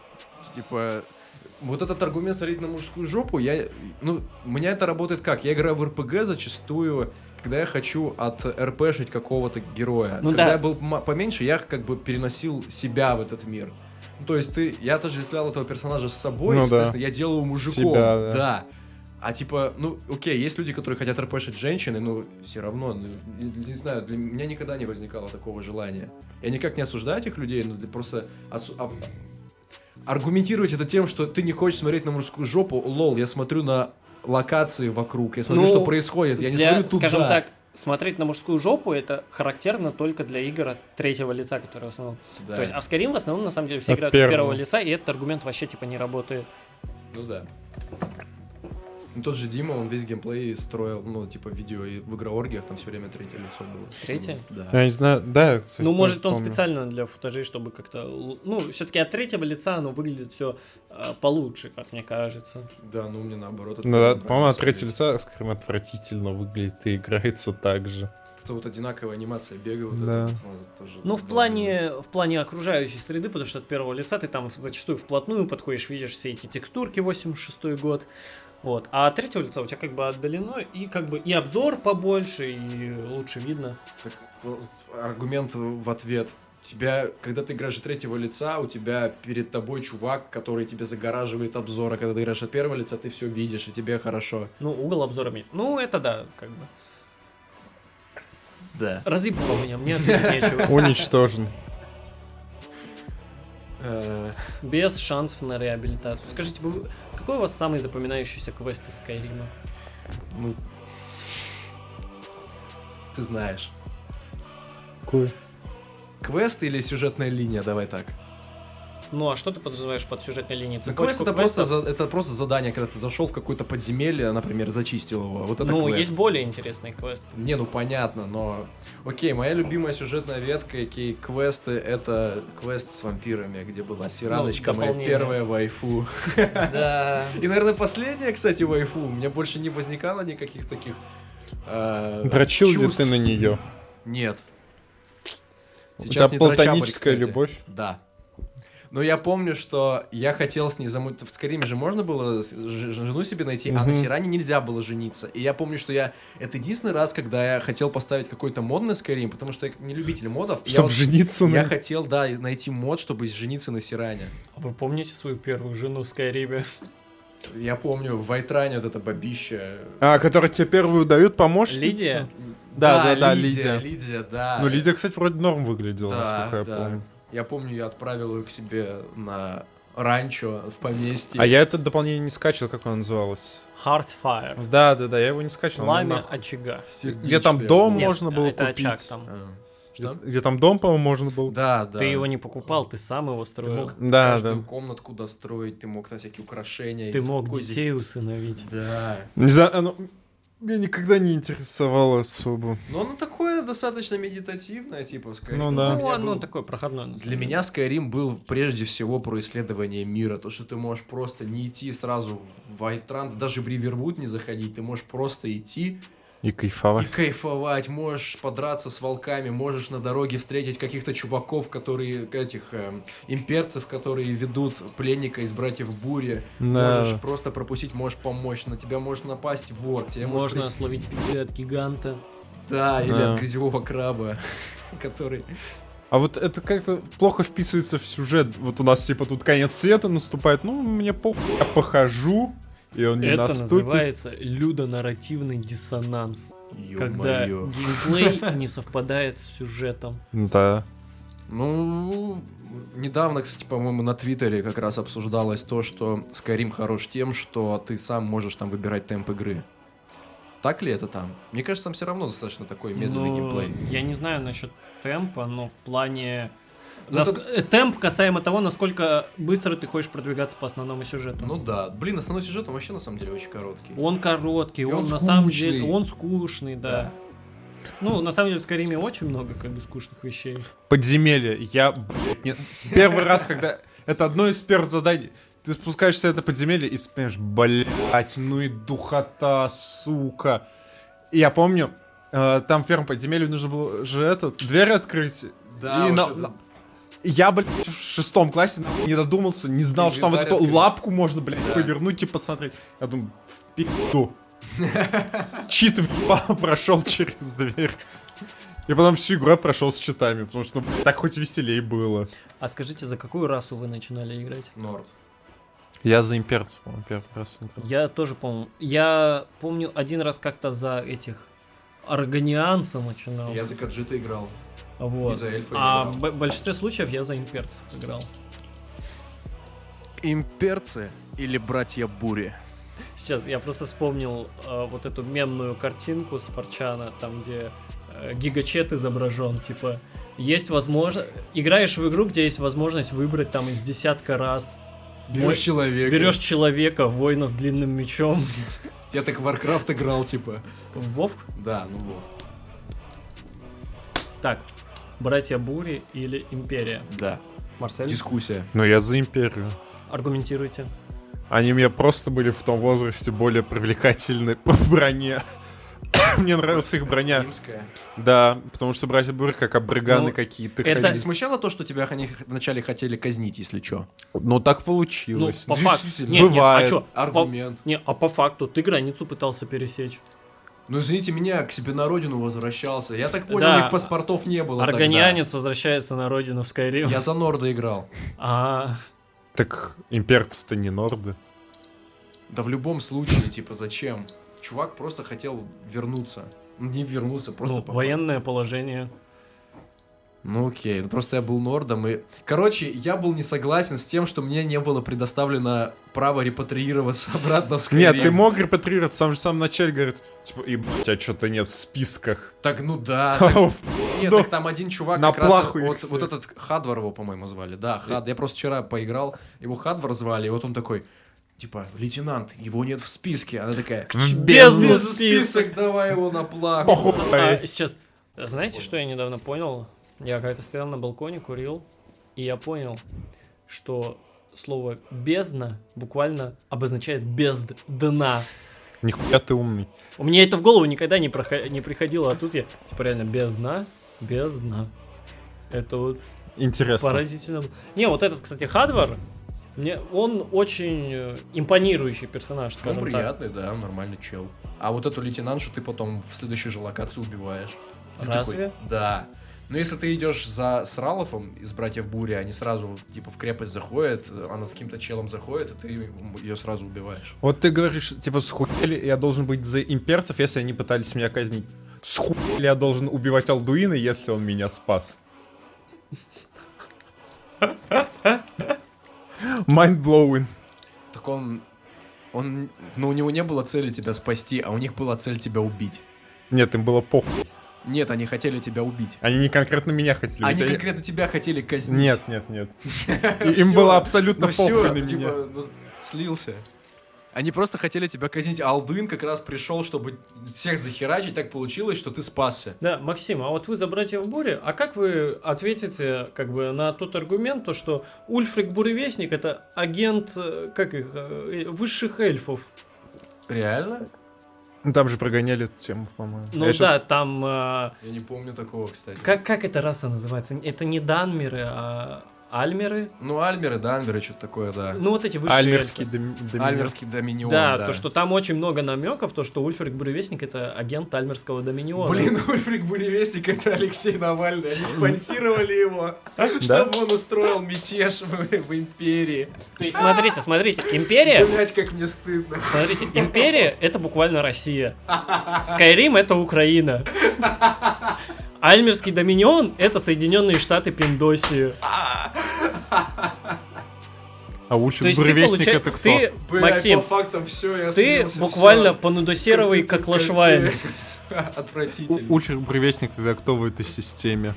Типа, вот этот аргумент смотреть на мужскую жопу, я... Ну, у меня это работает как? Я играю в РПГ зачастую, когда я хочу от РПшить какого-то героя.
Ну
когда
да.
я был ма- поменьше, я как бы переносил себя в этот мир. Ну, То есть ты, я отождествлял этого персонажа с собой,
Ну да.
и, соответственно, я делаю мужиком.
Себя, да.
да. А типа, ну, окей, есть люди, которые хотят рпшить женщины, но все равно, ну, не, не знаю, для меня никогда не возникало такого желания. Я никак не осуждаю этих людей, но для- просто осу- а- аргументировать это тем, что ты не хочешь смотреть на мужскую жопу, лол, я смотрю на локации вокруг, я смотрю,
Ну,
что происходит, я не
Для,
смотрю туда.
Скажем так, смотреть на мужскую жопу это характерно только для игр от третьего лица, которые в основном.
Да.
То есть, а в Skyrim в основном на самом деле все
От
играют
первого.
от первого лица, и этот аргумент вообще типа не работает.
Ну да. Ну, тот же Дима, он весь геймплей строил, ну, типа, видео и в игрооргиях, там все время третье лицо было.
Третье?
Да.
Я не знаю, да, кстати,
ну,
тоже
может, он
помню.
специально для футажей, чтобы как-то. л- Ну, все-таки от третьего лица оно выглядит все получше, как мне кажется.
Да, ну мне наоборот. это
Ну да,
не
по-моему, от
нравится.
третьего лица, скажем, отвратительно выглядит и играется так же.
Это вот одинаковая анимация бега. Вот
Да.
это вот, это тоже
Ну, в
здорово.
плане, в плане окружающей среды, потому что от первого лица ты там зачастую вплотную подходишь, видишь все эти текстурки 86 год. Вот. А от третьего лица у тебя как бы отдалено, и как бы и обзор побольше, и лучше видно.
Так, ну, аргумент в ответ. тебя, когда ты играешь от третьего лица, у тебя перед тобой чувак, который тебе загораживает обзор, а когда ты играешь от первого лица, ты все видишь, и тебе хорошо.
Ну, угол обзора мне. Ну, это да, как бы.
Да.
Разъебало меня, мне ответить нечего.
Уничтожен.
Э,
Без шансов на реабилитацию. Скажите, вы- какой у вас самый запоминающийся квест из Скайрима?
Ну, ты знаешь. Квест или сюжетная линия, давай так.
Ну, а что ты подразумеваешь под сюжетной линией?
Ну,
Цепочку
квест это
квестов?
просто, за- это просто задание, когда ты зашел в какое-то подземелье, например, зачистил его. Вот это
Ну,
квест.
есть более интересные квесты.
Не, ну понятно, но... Окей, моя любимая сюжетная ветка, окей, квесты, это квест с вампирами, где была Сираночка, моя
дополнение.
первая вайфу.
Да.
И, наверное, последняя, кстати, вайфу. У меня больше не возникало никаких таких... э,
Дрочил ли
чувств.
ты на нее?
Нет.
У
Сейчас
тебя
не дрочабрь,
платоническая
кстати.
любовь.
Да. Но я помню, что я хотел с ней замутить. В Скайриме же можно было с- ж- жену себе найти, а на
Мгм.
Сиране нельзя было жениться. И я помню, что я... Это единственный раз, когда я хотел поставить какой-то мод на Скайрим, потому что я не любитель модов. и я
Чтобы
вот-
жениться
Я
на...
хотел, да, и найти мод, чтобы жениться на Сиране.
А вы помните свою первую жену в Скайриме?
Я помню, в Вайтране вот это бабище.
А, которая тебе первую дают помощницу?
Лидия?
Да, да, да, Лидия.
Лидия, да.
Ну, Лидия, кстати, вроде норм выглядела,
Да,
насколько я
да.
помню.
Я помню, я отправил ее к себе на ранчо в поместье.
А я это дополнение не скачал, как оно называлось.
Hardfire.
Да, да, да, я его не скачал. оно
Пламя
нахуй.
очага.
Сердечко.
Где там дом
Нет,
можно было
это очаг
купить?
там.
А,
Где,
Что?
где там дом, по-моему, можно было.
Да, да.
Ты его не покупал, ты сам его
Ты
строил.
мог
Да,
каждую
да.
комнатку достроить, ты мог там всякие украшения.
Ты
из
мог
кузи-
детей усыновить.
Да.
Не знаю, оно меня никогда не интересовало особо.
Но оно такое достаточно медитативное, типа, Skyrim.
Ну
Для
да.
Ну,
меня
оно
был-
такое проходное. на самом
Для
деле.
меня Skyrim был прежде всего про исследование мира. То, что ты можешь просто не идти сразу в Вайтран, даже в Ривервуд не заходить. Ты можешь просто идти
И
и
кайфовать.
кайфовать. Можешь подраться с волками, можешь на дороге встретить каких-то чуваков, которые, этих эм, имперцев, которые ведут пленника из братьев Бури. Можешь просто пропустить, можешь помочь, на тебя может напасть вор, тебе может
Можно словить пиздец от гиганта.
при- Да, или
Да.
от грязевого краба, который...
А вот это как-то плохо вписывается в сюжет. Вот у нас типа тут конец света наступает. Ну, мне похуй, я похожу, и он не
Это
наступит.
называется людонарративный диссонанс. Когда
Ё-моё.
геймплей не совпадает с сюжетом.
Да.
Ну, недавно, кстати, по-моему, на Твиттере как раз обсуждалось то, что Skyrim хорош тем, что ты сам можешь там выбирать темп игры. Так ли это там? Мне кажется, там все равно достаточно такой медленный
Но
геймплей.
Ну, Я не знаю насчет темпа, но в плане...
Ну,
Наск-
это-
э, Темп касаемо того, насколько быстро ты хочешь продвигаться по основному сюжету.
Ну да, блин, основной сюжет он вообще на самом деле очень короткий.
Он короткий,
И
он,
он
на самом
скучный.
деле... Он скучный, да. Ну, на самом деле, в Скайриме очень много как бы скучных вещей.
Подземелье. Я, блядь, не- Первый раз, когда... Это одно из первых заданий. Ты спускаешься в это подземелье и понимаешь, блять, ну и духота, сука. И я помню, э, там в первом подземелье нужно было же это, дверь открыть.
Да,
И
вот
на-
это-
на- Я, блядь, в шестом классе нахуй, не додумался, не знал, что там вот эту
Инвентарь открыть.
лапку можно, блядь,
Да.
повернуть и посмотреть. Я думаю, в пизду. Чит въебал, прошел через дверь. И потом всю игру я прошел с читами, потому что ну, блядь, так хоть веселее было.
А скажите, за какую расу вы начинали играть?
Норд.
Я за имперцев, по-моему, первый раз играл.
Я тоже помню. Я помню один раз как-то за этих органианца начинал.
Я за Каджита играл.
Вот.
и за эльфа
а
играл.
в бо- большинстве случаев я за имперцев играл.
Имперцы или братья Бури?
Сейчас я просто вспомнил э, вот эту мемную картинку с Парчана, там где э, гигачет изображен, типа есть возможность, играешь в игру, где есть возможность выбрать там из десятка раз.
Берешь человека.
Берешь человека, воина с длинным мечом.
Я так в Warcraft играл, типа.
В Вов
Да, ну вот.
Так, братья Бури или Империя?
Да.
Марсель,
Дискуссия.
Но Ну, я за империю.
аргументируйте.
Они мне просто были в том возрасте более привлекательны по броне. Мне нравилась их
Э,
броня.
Римская.
Да, потому что братья Бур как обрыганы
Ну,
какие-то.
это-
Тебя не смущало то, что тебя они х- вначале хотели казнить, если чё?
Ну так
Ну,
получилось.
по факту.
действительно.
Не, не, а
Бывает.
чё, по-
Аргумент.
Не, а по факту ты границу пытался пересечь.
Ну, извините меня, к себе на родину возвращался. Я так понял,
Да,
у них паспортов не было тогда.
Органианец возвращается на родину в Skyrim.
Я за Норда играл.
А,
Так имперцы-то не норды.
Да в любом случае, типа, зачем? Чувак просто хотел вернуться. Ну, Не вернулся, просто
ну,
попал.
военное положение.
Ну окей, ну просто я был нордом и... Короче, я был не согласен с тем, что мне не было предоставлено право репатриироваться обратно в Skyrim.
Нет, ты мог репатрировать, сам же в самом начале говорит, типа, и тебя что-то нет в списках.
Так, ну да. так- Нет,
Да.
так там один чувак
Ну, На
как раз
плаху их
вот,
всех. Э,
вот этот Хадвар его, по-моему, звали. Да, Хад. Я просто вчера поиграл, его Хадвар звали, и вот он такой, типа, лейтенант, его нет в списке. Она такая,
бездну
«Без
список!»
список, давай его на плаху.
Похуй.
А, сейчас, знаете, что я недавно понял? Я как-то стоял на балконе, курил, и я понял, что слово «бездна» буквально обозначает «без дна».
Нихуя ты умный.
У меня это в голову никогда не, прохо- не приходило, а тут я, типа, реально «без дна», «без дна». Это вот
Интересно.
Поразительно. Не, вот этот, кстати, Хадвар, мне, он очень э, импонирующий персонаж,
Он
скажем так.
Ну, приятный, да, нормальный чел. А вот эту лейтенантшу ты потом в следующей же локации убиваешь. Ты
Разве?
такой, да. Но если ты идешь за Сраловым из братьев Бури, они сразу типа в крепость заходят, она с каким-то челом заходит, и ты ее сразу убиваешь.
Вот ты говоришь, типа, схуяли я должен быть за имперцев, если они пытались меня казнить. Схуяли я должен убивать Алдуина, если он меня спас. Mindblowing.
Так он. Он. Но у него не было цели тебя спасти, а у них была цель тебя убить.
Нет, им было похуй.
Нет, они хотели тебя убить.
Они не конкретно меня хотели.
Они
убить, а я-
конкретно тебя хотели казнить.
Нет, нет, нет. И
Всё.
Им было абсолютно
Ну все,
похуй на
типа.
меня.
слился. Они просто хотели тебя казнить, а Алдуин как раз пришел, чтобы всех захерачить, так получилось, что ты спасся.
Да, Максим, а вот вы за братьев Бури, а как вы ответите как бы на тот аргумент, то что Ульфрик Буревестник это агент, э, как их, э, высших эльфов?
Реально?
Ну, Там же прогоняли эту тему, по-моему.
Ну да,
Я щас-
там... э,
Я не помню такого, кстати.
как, как эта раса называется? Это не данмеры, а альмеры?
Ну, Альмеры, да, Альмеры, что-то такое, да.
Ну вот эти высшие
Альмерский
эльфы.
доми- доминион.
Альмерский Доминион,
Да,
да.
то, что там очень много намеков, то, что Ульфрик Буревестник это агент Альмерского доминиона.
Блин, Ульфрик Буревестник, это Алексей Навальный. Они спонсировали его,
Да?
чтобы он устроил мятеж в, в империи.
То есть, смотрите, смотрите, империя,
Блять, как мне стыдно.
смотрите, империя это буквально Россия. Скайрим это Украина. Альмерский доминион это Соединенные Штаты Пиндосии.
А
То
Ульфик
есть ты,
Буревестник
получа-
это кто?
ты,
Блядь,
Максим,
по фактам все, я
ты
слился,
буквально
всё.
понудосеровый, как лошвайн.
Отвратительно.
У- Ульфик Буревестник тогда кто в этой системе?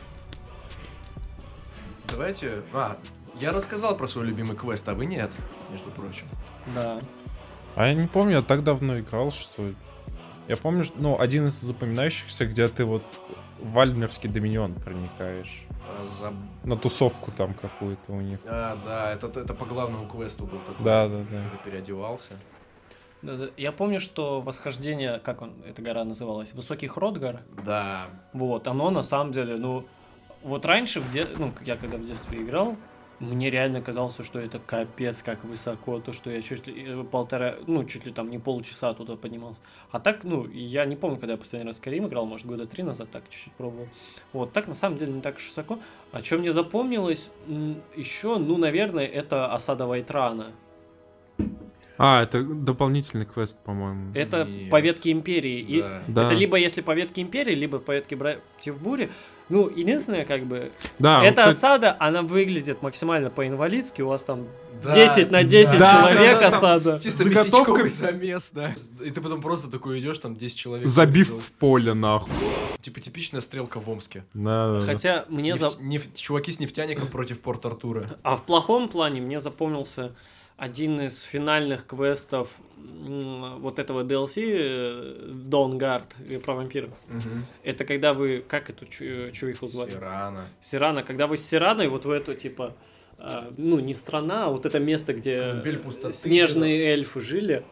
Давайте... А, я рассказал про свой любимый квест, а вы нет, между прочим.
Да.
А я не помню, я так давно играл, что... Я помню, что, ну, один из запоминающихся, где ты вот в Альмерский доминион проникаешь.
А, заб-
На тусовку там какую-то у них.
а, да, это, это по главному квесту был такой.
Да, да, да.
Когда переодевался.
Я помню, что восхождение, как он, эта гора называлась, Высоких Ротгар,
Да.
Вот, оно на самом деле, ну, вот раньше, в де- ну, я когда в детстве играл, мне реально казалось, что это капец как высоко, то, что я чуть ли э, полтора, ну, чуть ли там не полчаса туда поднимался. А так, ну, я не помню, когда я последний раз в Skyrim играл, может, года три назад так чуть-чуть пробовал. Вот, так на самом деле не так уж высоко. А что мне запомнилось еще, ну, наверное, это осада Вайтрана.
А, это дополнительный квест, по-моему.
Это
Нет.
по ветке Империи. И
да.
Да.
Э, Это либо если по ветке Империи, либо по ветке Братьев Бури. Ну, единственное, как бы,
Да,
Эта осада, она выглядит максимально по-инвалидски. У вас там
Да,
10 на 10
Да,
человек
да, да,
осада.
Чисто
Заготовка.
местечковый замес, да. И ты потом просто такой идешь, там 10 человек.
забив в поле, нахуй.
Типа типичная стрелка в Омске.
Да, да, да.
Хотя мне за...
Нефть- нефть- Чуваки с нефтяником против Порт-Артура.
А в плохом плане мне запомнился один из финальных квестов м, вот этого DLC э, Dawn Guard э, про вампиров. Это когда вы... Как эту чу- э, чувиху звали?
Сирана.
Сирана. Когда вы с Сираной вот в эту, типа, э, ну, не страна, а вот это место, где
Колыбель пустоты,
снежные эльфы жили.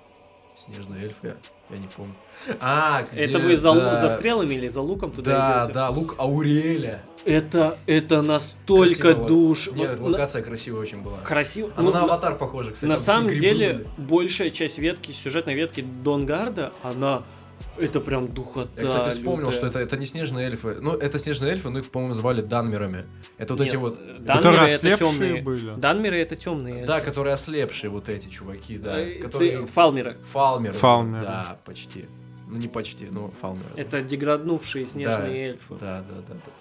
Снежные эльфы, я- я не помню. А, где-
Это вы за, лу-
да.
за стрелами или за луком туда
Да,
идете?
да, лук Ауреля.
Это, это настолько
Красиво.
душ.
Не,
Вот на-
локация красивая очень была.
Красиво.
Она
Ну,
на
на-
аватар похожа, кстати. Ну,
на
там
самом
такие грибы
деле, большая часть ветки, сюжетной ветки Донгарда, она Это прям духота.
Я, кстати, вспомнил,
лютая.
что это, это не снежные эльфы. Ну, это снежные эльфы, но их, по-моему, звали данмерами. Это вот
Нет, э,
эти вот...
Которые
Данмеры это
ослепшие
темные.
были.
Данмеры это темные.
Да, которые ослепшие вот эти чуваки, да.
Э, ты-
которые...
Фалмеры.
Фалмеры.
Фалмеры.
Да, почти. Ну, не почти, но фалмеры.
Это деграднувшие снежные
Да,
эльфы.
Да, да, да, да.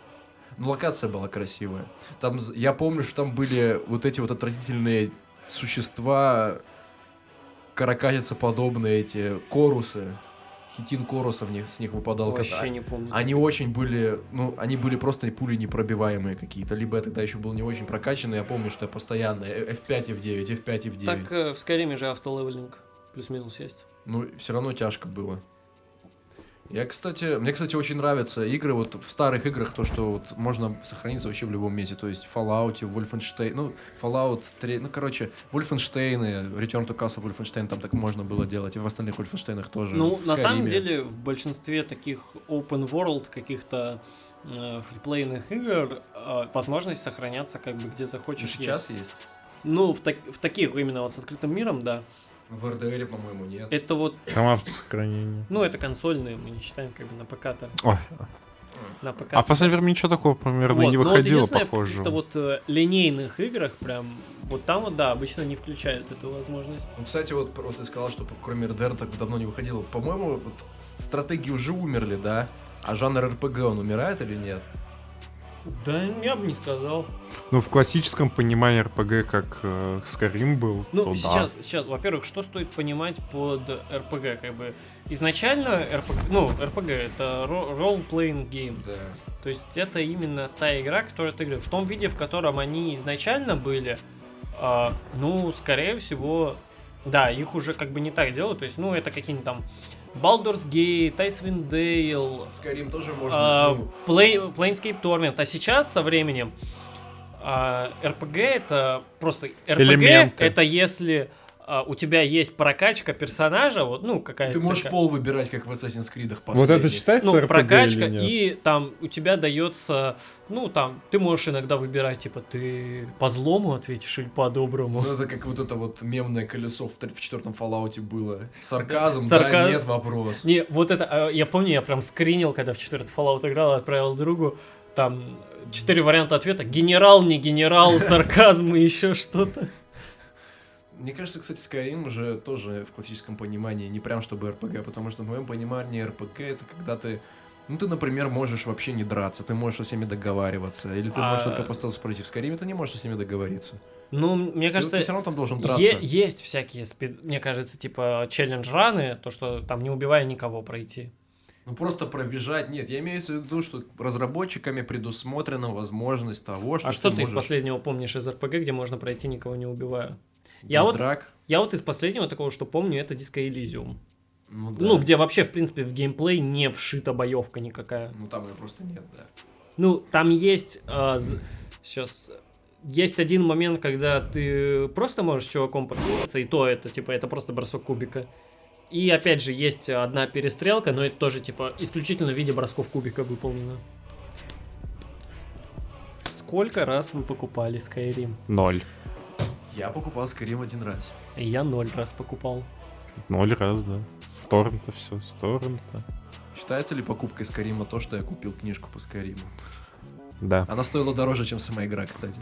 Ну, локация была красивая. Там, з- я помню, что там были вот эти вот отвратительные существа, каракатица подобные эти, корусы. Хитин коруса в них, с них выпадал. когда-
Вообще не помню.
Они очень были, ну, они были просто пули непробиваемые какие-то. Либо я тогда еще был не очень прокачанный, я помню, что я постоянно э, F5, F9, F5, F9.
Так э, в Скайриме же автолевелинг плюс-минус есть.
Ну, все равно тяжко было. Я, кстати, мне, кстати, очень нравятся игры, вот в старых играх, то, что вот можно сохраниться вообще в любом месте, то есть в Fallout, в Wolfenstein, ну, Fallout 3, ну, короче, Wolfenstein, Return to Castle Wolfenstein, там так можно было делать, и в остальных Wolfenstein'ах тоже.
Ну,
в
на самом
Skyrim'е.
деле, в большинстве таких open world каких-то э, фриплейных игр э, возможность сохраняться как бы где
И
захочешь
сейчас
есть.
есть.
Ну, в, так- в таких именно вот с открытым миром, да.
В РДР, по-моему, нет.
Это вот,
Там автосохранение.
ну, это консольные, мы не считаем как бы на ПК-то.
Ой,
На ПК.
а в последнее время ничего такого примерно
Вот,
и не
но вот
выходило
единственное, В
похожего.
каких-то вот э, линейных играх прям, вот там вот, да, обычно не включают эту возможность.
Ну, кстати, вот просто ты сказал, что кроме РДР так давно не выходило. По-моему, вот стратегии уже умерли, да? А жанр РПГ, он умирает или нет?
Да, я бы не сказал.
Ну, в классическом понимании РПГ, как э, Skyrim был,
Ну,
то да.
сейчас, сейчас, во-первых, что стоит понимать под РПГ, как бы, изначально РПГ, ну, РПГ это ро- role-playing game,
Да.
то есть это именно та игра, которая ты играешь, в том виде, в котором они изначально были, а, ну, скорее всего, да, их уже как бы не так делают, то есть, ну, это какие-нибудь там Baldur's Gate, Icewind Dale,
Скайрим тоже
а,
можно. ну,
Play- Planescape Torment, а сейчас со временем а, RPG это просто RPG
Элементы.
это если а, у тебя есть прокачка персонажа, вот ну какая-то
Ты можешь
такая,
пол выбирать, как в Assassin's Creed
Вот это
последних.
считается
ну
РПГ
прокачка
или нет?
и там у тебя дается ну там ты можешь иногда выбирать типа ты по злому ответишь или по доброму.
Ну, это как вот это вот мемное колесо в, тр- в четвертом Fallout было. Сарказм,
Да, сарказм.
да, нет, вопрос.
Не, вот это, а, я помню, я прям скринил, когда в четвертый Fallout играл, отправил другу, там четыре варианта ответа, генерал, не генерал, сарказм и еще что-то.
Мне кажется, кстати, Skyrim уже тоже в классическом понимании не прям чтобы РПГ, а потому что в моем понимании РПГ это когда ты ну, ты, например, можешь вообще не драться, ты можешь со всеми договариваться, или ты можешь
А-
только по статусу пройти. В Скайриме ты не можешь со всеми договориться.
Ну, мне
Ты, ты
кажется,
все равно там должен драться.
е- есть всякие, спид- мне кажется, типа челлендж-раны, то, что там не убивая никого пройти.
Ну, просто пробежать. Нет, я имею в виду, что разработчиками предусмотрена возможность того, что
а что ты из
можешь
последнего помнишь из РПГ, где можно пройти никого не убивая?
без
Я вот-
драк.
Я вот из последнего такого, что помню, это Disco Elysium.
Ну, да.
Ну, где вообще, в принципе, в геймплей не вшита боевка никакая.
Ну там ее просто нет, да.
Ну, там есть... сейчас... Есть один момент, когда ты просто можешь с чуваком подписаться, и то это, типа, это просто бросок кубика. И опять же, есть одна перестрелка, но это тоже, типа, исключительно в виде бросков кубика выполнено. Сколько раз вы покупали Skyrim?
Ноль.
Я покупал Skyrim один раз.
Я ноль раз покупал.
Ноль раз, да. С торрента все, с торрента.
Считается ли покупкой Скарима то, что я купил книжку по Скариму?
Да.
Она стоила дороже, чем сама игра, кстати.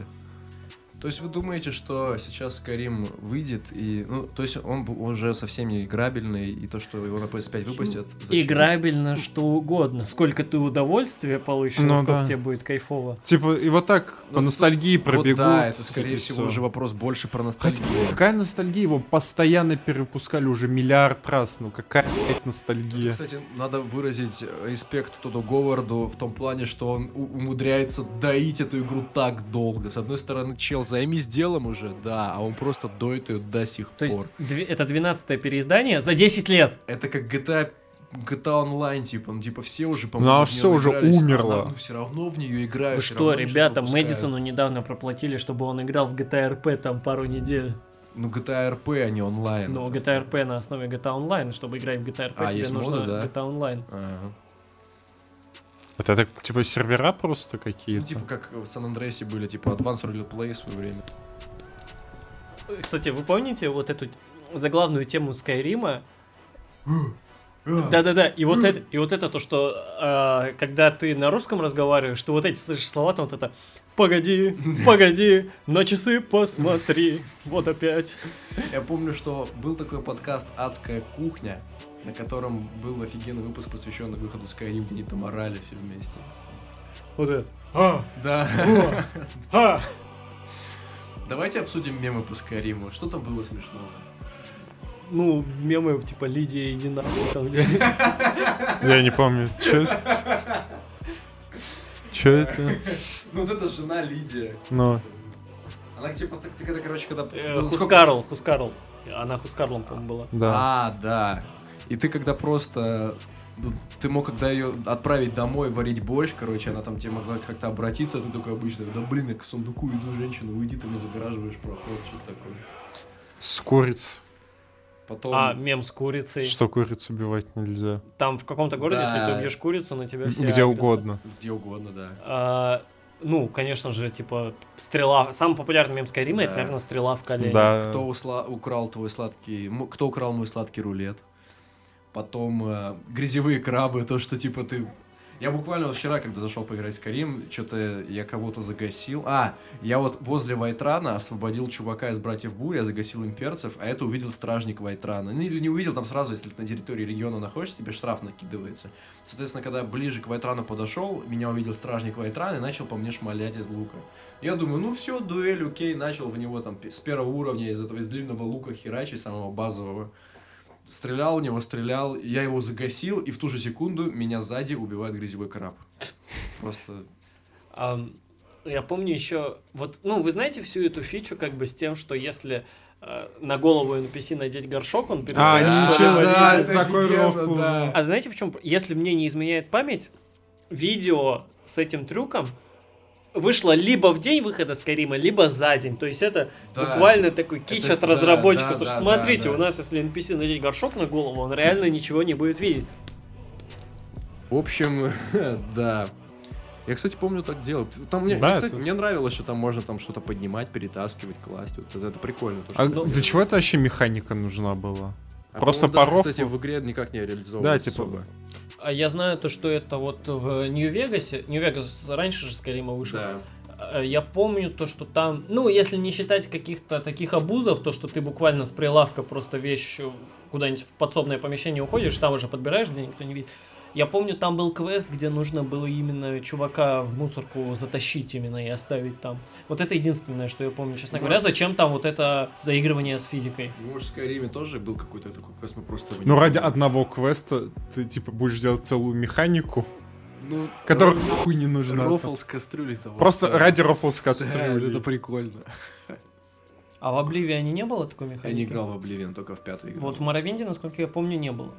То есть вы думаете, что сейчас Скарим выйдет и... Ну, то есть он бу- уже совсем не играбельный, и то, что его на PS5 выпустят... зачем?
Играбельно что угодно. Сколько ты удовольствия получишь,
Ну
сколько
да.
тебе будет кайфово.
Типа, и вот так
Ну,
по ностальгии
Вот
пробегу.
да, это, скорее
и
всего,
всё.
уже вопрос больше про
Хотя,
ностальгию.
какая ностальгия? Его постоянно перепускали уже миллиард раз. Ну, какая блядь, ностальгия?
Кстати, надо выразить э, респект Тоду Говарду в том плане, что он у- умудряется доить эту игру так долго. С одной стороны, чел, займись делом уже, да, а он просто доит ее до сих
То есть
пор.
две- это 12 переиздание за 10 лет.
Это как GTA GTA Online, типа, ну, типа, все уже,
Ну,
по-моему,
а всё уже умерло.
все равно в нее играют.
Вы
всё
что,
равно ничего
ребята,
не выпускают.
Мэдисону недавно проплатили, чтобы он играл в GTA RP там пару недель.
Ну,
Ну,
GTA RP, а не онлайн.
Но
Это-
GTA RP на основе GTA Online, чтобы играть в GTA RP,
А,
тебе
есть
нужно
моды, да?
GTA Online.
Ага.
Это так, типа, сервера просто
Ну,
какие-то?
типа, как в Сан-Андреасе были, типа, Advanced Rally Play в свое время.
Кстати, вы помните вот эту заглавную тему Скайрима? Да-да-да, и вот это, и вот это то, что а, когда ты на русском разговариваешь, что вот эти слышишь слова, там вот это «Погоди, погоди, на часы посмотри, вот опять».
Я помню, что был такой подкаст «Адская кухня», на котором был офигенный выпуск, посвященный выходу Skyrim, где они там орали все вместе.
Вот это «А,
Да.
о, а».
Давайте обсудим мемы по Скайриму. Что там было смешного?
Ну, мемы типа Лидия, иди нахуй там, где...
Я не помню. Че? Че это?
Ну вот это жена Лидия.
Ну.
Она к тебе просто... Ты когда, короче, когда...
Э,
ну, сколько-
Хускарл, Хускарл. Она Хускарлом, по-моему, была.
Да.
А, да. И ты когда просто... ну, Ты мог, когда ее отправить домой варить борщ, короче, она там тебе могла как-то обратиться, а ты такой обычно, да блин, я к сундуку иду, женщина, уйди, ты мне загораживаешь проход, что-то такое.
С куриц.
Потом...
А, мем с курицей.
Что куриц убивать нельзя.
Там в каком-то городе,
Да.
если ты убьешь курицу, на тебя все...
Где
агрятся.
угодно.
Где угодно, да.
А, ну, конечно же, типа, стрела... Самый популярный мем Скайрима, это,
Да.
наверное, стрела в колени.
Да.
Кто усла- украл твой сладкий... м- Кто украл мой сладкий рулет? Потом э, грязевые крабы, то, что типа ты... Я буквально вот вчера, когда зашел поиграть с Карим, что-то я кого-то загасил. А, я вот возле Вайтрана освободил чувака из братьев Буря, загасил имперцев, а это увидел стражник Вайтрана. Ну или не увидел, там сразу, если ты на территории региона находишься, тебе штраф накидывается. Соответственно, когда ближе к Вайтрану подошел, меня увидел стражник Вайтрана и начал по мне шмалять из лука. Я думаю, ну все, дуэль, окей, начал в него там пи- с первого уровня из этого из длинного лука херачи, самого базового. Стрелял в него, стрелял, я его загасил, и в ту же секунду меня сзади убивает грязевой краб. Просто...
Ам, я помню еще, вот, ну, вы знаете всю эту фичу, как бы, с тем, что если э, на голову NPC надеть горшок, он перестает
Да,
А, ничего,
что-то
да,
говорить.
это такой
офигенно,
рок был.
да.
А знаете в чем? Если мне не изменяет память, видео с этим трюком вышло либо в день выхода Скайрима, либо за день. То есть это
Да.
буквально такой кич
Это
от
да,
разработчика.
да,
Потому
да,
что
да,
смотрите,
да.
у нас если NPC надеть горшок на голову, он реально ничего не будет видеть.
В общем, да. Я, кстати, помню, так делал. Там мне,
Да,
мне, кстати,
это-
мне нравилось, что там можно там что-то поднимать, перетаскивать, класть. Вот это, это прикольно. то, что
А
там
для
делают.
чего это вообще механика нужна была?
А,
Просто
по-моему, даже,
поров-
Кстати, в игре никак не реализовано.
Да, типа,
А я знаю то, что это вот в Нью-Вегасе, Нью-Вегас раньше же Скайрима вышел,
Да.
Э, Я помню то, что там, ну, если не считать каких-то таких абузов, то, что ты буквально с прилавка просто вещь э, куда-нибудь в подсобное помещение уходишь, там уже подбираешь, где никто не видит. Я помню, там был квест, где нужно было именно чувака в мусорку затащить именно и оставить там. Вот это единственное, что я помню, честно
Ну,
говоря.
может,
Зачем там вот это заигрывание с физикой?
Ну, может, в Скайриме тоже был какой-то такой квест, мы просто... его не
Ну, ради
поняли.
одного квеста ты, типа, будешь делать целую механику,
Ну,
которая
ну,
нахуй не нужна.
Рофл с кастрюли того.
Просто ради рофл с
Да, это
кастрюли.
прикольно.
А в Обливиане не было такой механики?
Я не играл в Обливион, только в пятой игре.
Вот в Моровинде, насколько я помню, не было.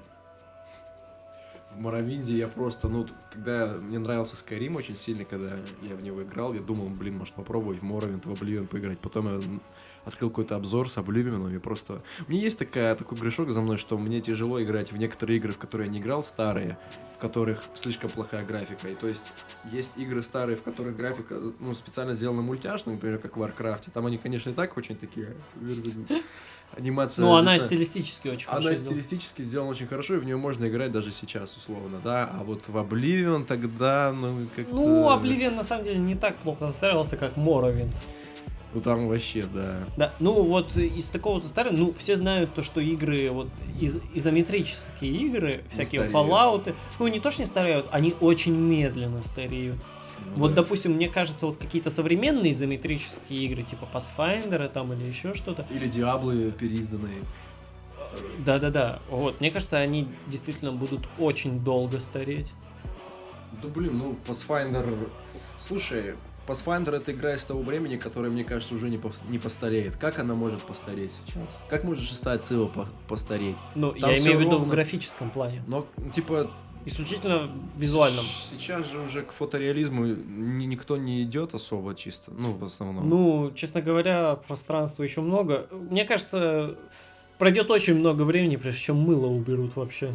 В Моровинде я просто, ну, т- когда мне нравился Skyrim очень сильно, когда я в него играл, я думал, блин, может попробовать в Моровинд, в Обливион поиграть. Потом я м, открыл какой-то обзор с Обливионом, и просто... У меня есть такая, такой грешок за мной, что мне тяжело играть в некоторые игры, в которые я не играл, старые, в которых слишком плохая графика. И то есть есть игры старые, в которых графика ну, специально сделана мультяшной, например, как в Warcraft. Там они, конечно, и так очень такие... Анимация...
Ну, она
лица.
стилистически очень
Она
хорошо сделана.
стилистически сделана очень хорошо, и в нее можно играть даже сейчас, условно, да. А вот в Oblivion тогда, ну, как
Ну, Обливиан на самом деле не так плохо застарился, как Моровинд.
Ну, там вообще, да.
Да, ну вот из такого старого, ну все знают то, что игры, вот из- изометрические игры, всякие
стареют.
Fallout, ну не то, что не стареют, они очень медленно стареют.
Ну,
вот,
да.
допустим, мне кажется, вот какие-то современные изометрические игры, типа Pathfinder там или еще что-то,
Или Диаблы переизданные.
да-да-да, вот, мне кажется, они действительно будут очень долго стареть.
Да блин, ну, Pathfinder... Слушай, Pathfinder это игра из того времени, которая, мне кажется, уже не, пос- не постареет. Как она может постареть сейчас? Как может шестая цива по- постареть?
Ну,
Там
я
всё
имею в виду в
ровно.
графическом плане,
Но, ну, типа,
исключительно в визуальном.
щ- Сейчас же уже к фотореализму ни- никто не идет особо чисто. Ну, в основном.
Ну, честно говоря, пространства еще много. Мне кажется, пройдет очень много времени, прежде чем мыло уберут вообще.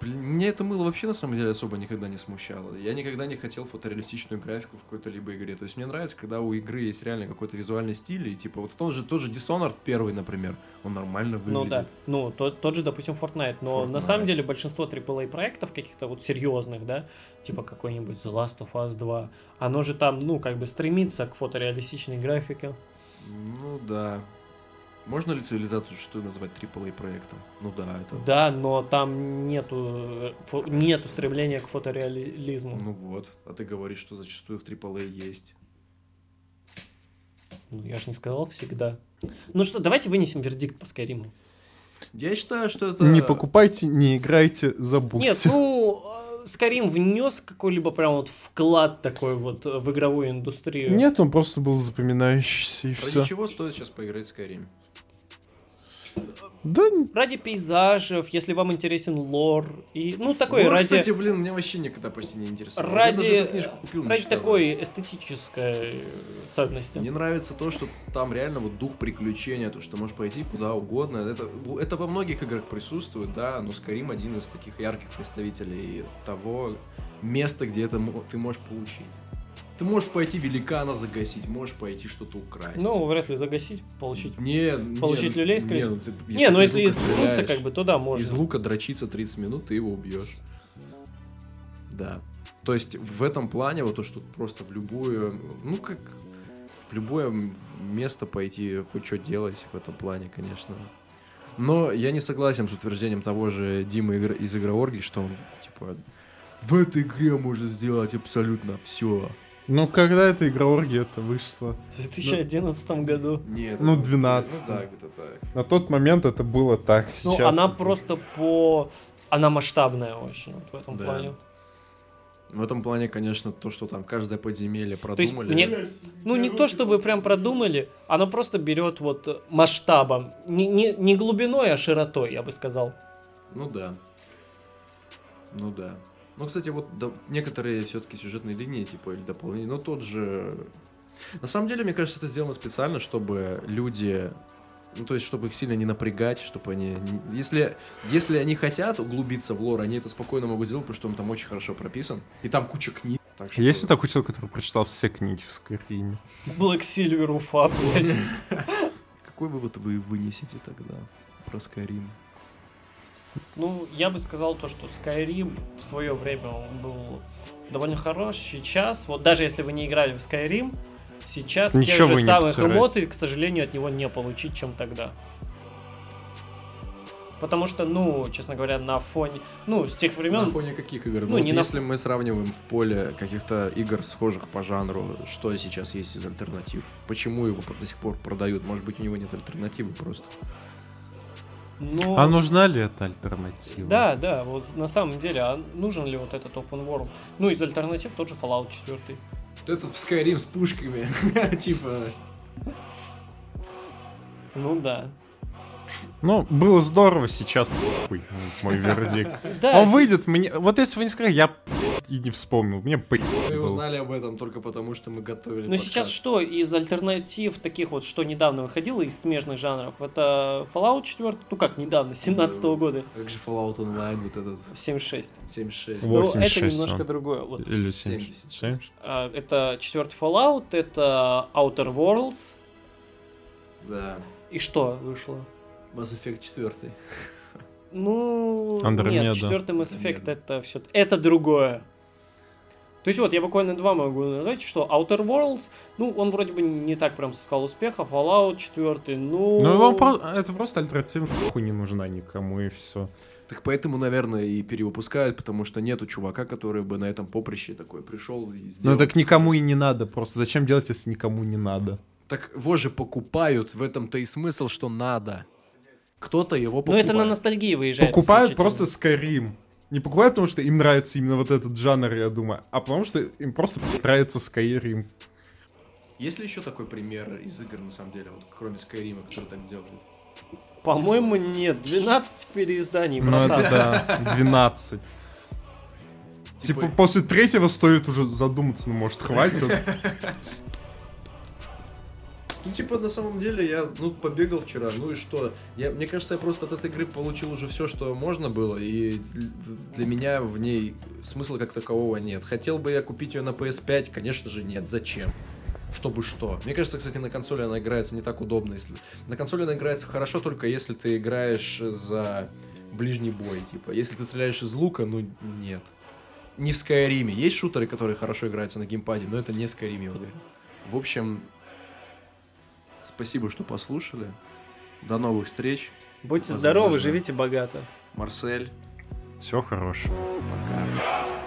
Блин, мне это мыло вообще на самом деле особо никогда не смущало. Я никогда не хотел фотореалистичную графику в какой-то либо игре. То есть мне нравится, когда у игры есть реально какой-то визуальный стиль, и типа вот тот же, тот же Dishonored первый, например, он нормально выглядит.
Ну да, ну тот, тот же, допустим, Fortnite, но на
Fortnite.
самом деле большинство AAA проектов каких-то вот серьезных, да, типа какой-нибудь The Last of Us 2, оно же там, ну, как бы стремится к фотореалистичной графике.
Ну да. Можно ли цивилизацию что назвать AAA проектом? Ну да, это...
Да, но там нету, э, фо- нету стремления к фотореализму.
Ну вот, а ты говоришь, что зачастую в AAA есть.
Ну, я же не сказал всегда. Ну что, давайте вынесем вердикт по Скайриму.
Я считаю, что это...
Не покупайте, не играйте,
Нет,
забудьте.
ну, Скарим внес какой-либо прям вот вклад такой вот э, в игровую индустрию.
Нет, он просто был запоминающийся и
Ради
все.
чего стоит сейчас поиграть в Skyrim?
Да, н-
Ради пейзажев, если вам интересен лор и ну такой
Лор,
ради
кстати, блин, меня вообще никогда почти не интересовало. Я даже
ради
эту книжку купил, не
ради
читал.
такой эстетической э, ценности.
Мне нравится то, что там реально вот дух приключения, то, что можешь пойти куда угодно. Это, это во многих играх присутствует, да, но Skyrim один из таких ярких представителей того места, где это мо- ты можешь получить. Ты можешь пойти великана загасить, можешь пойти что-то украсть.
Ну вряд ли загасить, получить.
не,
получить
не,
люлей,
не,
скорее
ну, ты-
не, ну
ты
если
из
из
лука
луца,
стреляешь,
как бы, то да, можно.
из лука дрочиться 30 минут, ты его убьешь. Да. То есть в этом плане вот то, что просто в любую, ну как в любое м- место пойти, хоть что делать в этом плане, конечно. Но я не согласен с утверждением того же Димы игр- из Игроорги, что он типа в этой игре можно сделать абсолютно все.
ну когда эта игра оргия это вышла?
ну,
В 2011 году.
Нет.
Ну, 12.
да, где-то так.
На тот момент это было так, сейчас.
Ну она
это-
просто по она масштабная очень вот в этом
Да.
плане.
В этом плане, конечно, то, что там каждое подземелье
То есть
продумали.
мне, ну не то чтобы прям продумали, оно просто берет вот масштабом, не, не, не глубиной, а широтой, я бы сказал.
Ну да. Ну да. Ну, кстати, вот да- некоторые все-таки сюжетные линии, типа, или дополнения, но тот же... На самом деле, мне кажется, это сделано специально, чтобы люди... Ну, то есть, чтобы их сильно не напрягать, чтобы они... не- Если, если они хотят углубиться в лор, они это спокойно могут сделать, потому что он там очень хорошо прописан. И там куча книг. Так что...
Есть ли такой человек, который прочитал все книги в Скайриме?
Black Silver Уфа, блядь.
Какой вывод вы вынесете тогда про Скайрим?
Ну, я бы сказал то, что Skyrim в свое время он был довольно хорош. Сейчас, вот даже если вы не играли в Skyrim, сейчас
Ничего
тех
вы
же
не
самых
потеряете.
эмоций, к сожалению, от него не получить, чем тогда. Потому что, ну, честно говоря, на фоне... Ну, с тех
На
времен...
фоне каких игр? Ну,
Ну,
вот
не на
если мы сравниваем в поле каких-то игр, схожих по жанру, что сейчас есть из альтернатив? Почему его до сих пор продают? Может быть, у него нет альтернативы просто?
ну,
А нужна ли эта альтернатива?
Да, да, вот на самом деле, а нужен ли вот этот open world? Ну, из альтернатив тот же Fallout 4.
Этот Skyrim с пушками, типа...
Ну да.
Ну, было здорово, сейчас хуй, мой вердикт.
Да,
Он выйдет, мне... Вот если вы не сказали, я и не вспомнил. Мне по...
Мы
было.
узнали об этом только потому, что мы готовили
но Ну, сейчас что из альтернатив таких вот, что недавно выходило из смежных жанров, это Fallout 4, ну как недавно, 17
Да.
года,
Как же Fallout Online, вот этот
76.
76,
Во.
Ну, это
86
немножко
он.
другое. Вот.
Или
76.
76.
А, Это четвертый Fallout, это Outer Worlds.
да.
И что вышло?
Mass Effect 4.
Ну,
Андромеда.
нет, четвертый Mass Effect
Андромеда.
это все, это другое. То есть вот я буквально два могу назвать, что Outer Worlds, ну он вроде бы не так прям скал успеха, Fallout 4, ну...
Ну, его про- это просто альтернатива хуй не нужна никому, и все.
Так поэтому, наверное, и перевыпускают, потому что нету чувака, который бы на этом поприще такой пришел и сделал.
Ну, так никому и не надо просто. Зачем делать, если никому не надо?
Так его же покупают, в этом-то и смысл, что надо. Кто-то его
Ну
покупает.
это на ностальгии выезжает.
Покупают
исключительно.
просто Skyrim. Не покупают, потому что им нравится именно вот этот жанр, я думаю, а потому что им просто нравится Skyrim.
Есть ли еще такой пример из игр, на самом деле, вот, кроме Скайрима, который так делает?
По-моему, нет, 12 переизданий,
Ну,
братан.
это да, 12.
Типа-
Типа, после третьего стоит уже задуматься, ну, может, хватит.
Ну, типа, на самом деле, я, ну, побегал вчера, ну и что? Я, мне кажется, я просто от этой игры получил уже все, что можно было, и для меня в ней смысла как такового нет. Хотел бы я купить ее на PS5? Конечно же нет. Зачем? Чтобы что. Мне кажется, кстати, на консоли она играется не так удобно. Если... На консоли она играется хорошо только если ты играешь за ближний бой, типа. Если ты стреляешь из лука, ну нет. Не в Скайриме. Есть шутеры, которые хорошо играются на геймпаде, но это не Skyrim, я уверен. В общем, спасибо, что послушали. До новых встреч.
Будьте
Возможно.
здоровы, живите богато.
Марсель,
Все хорошо.
пока.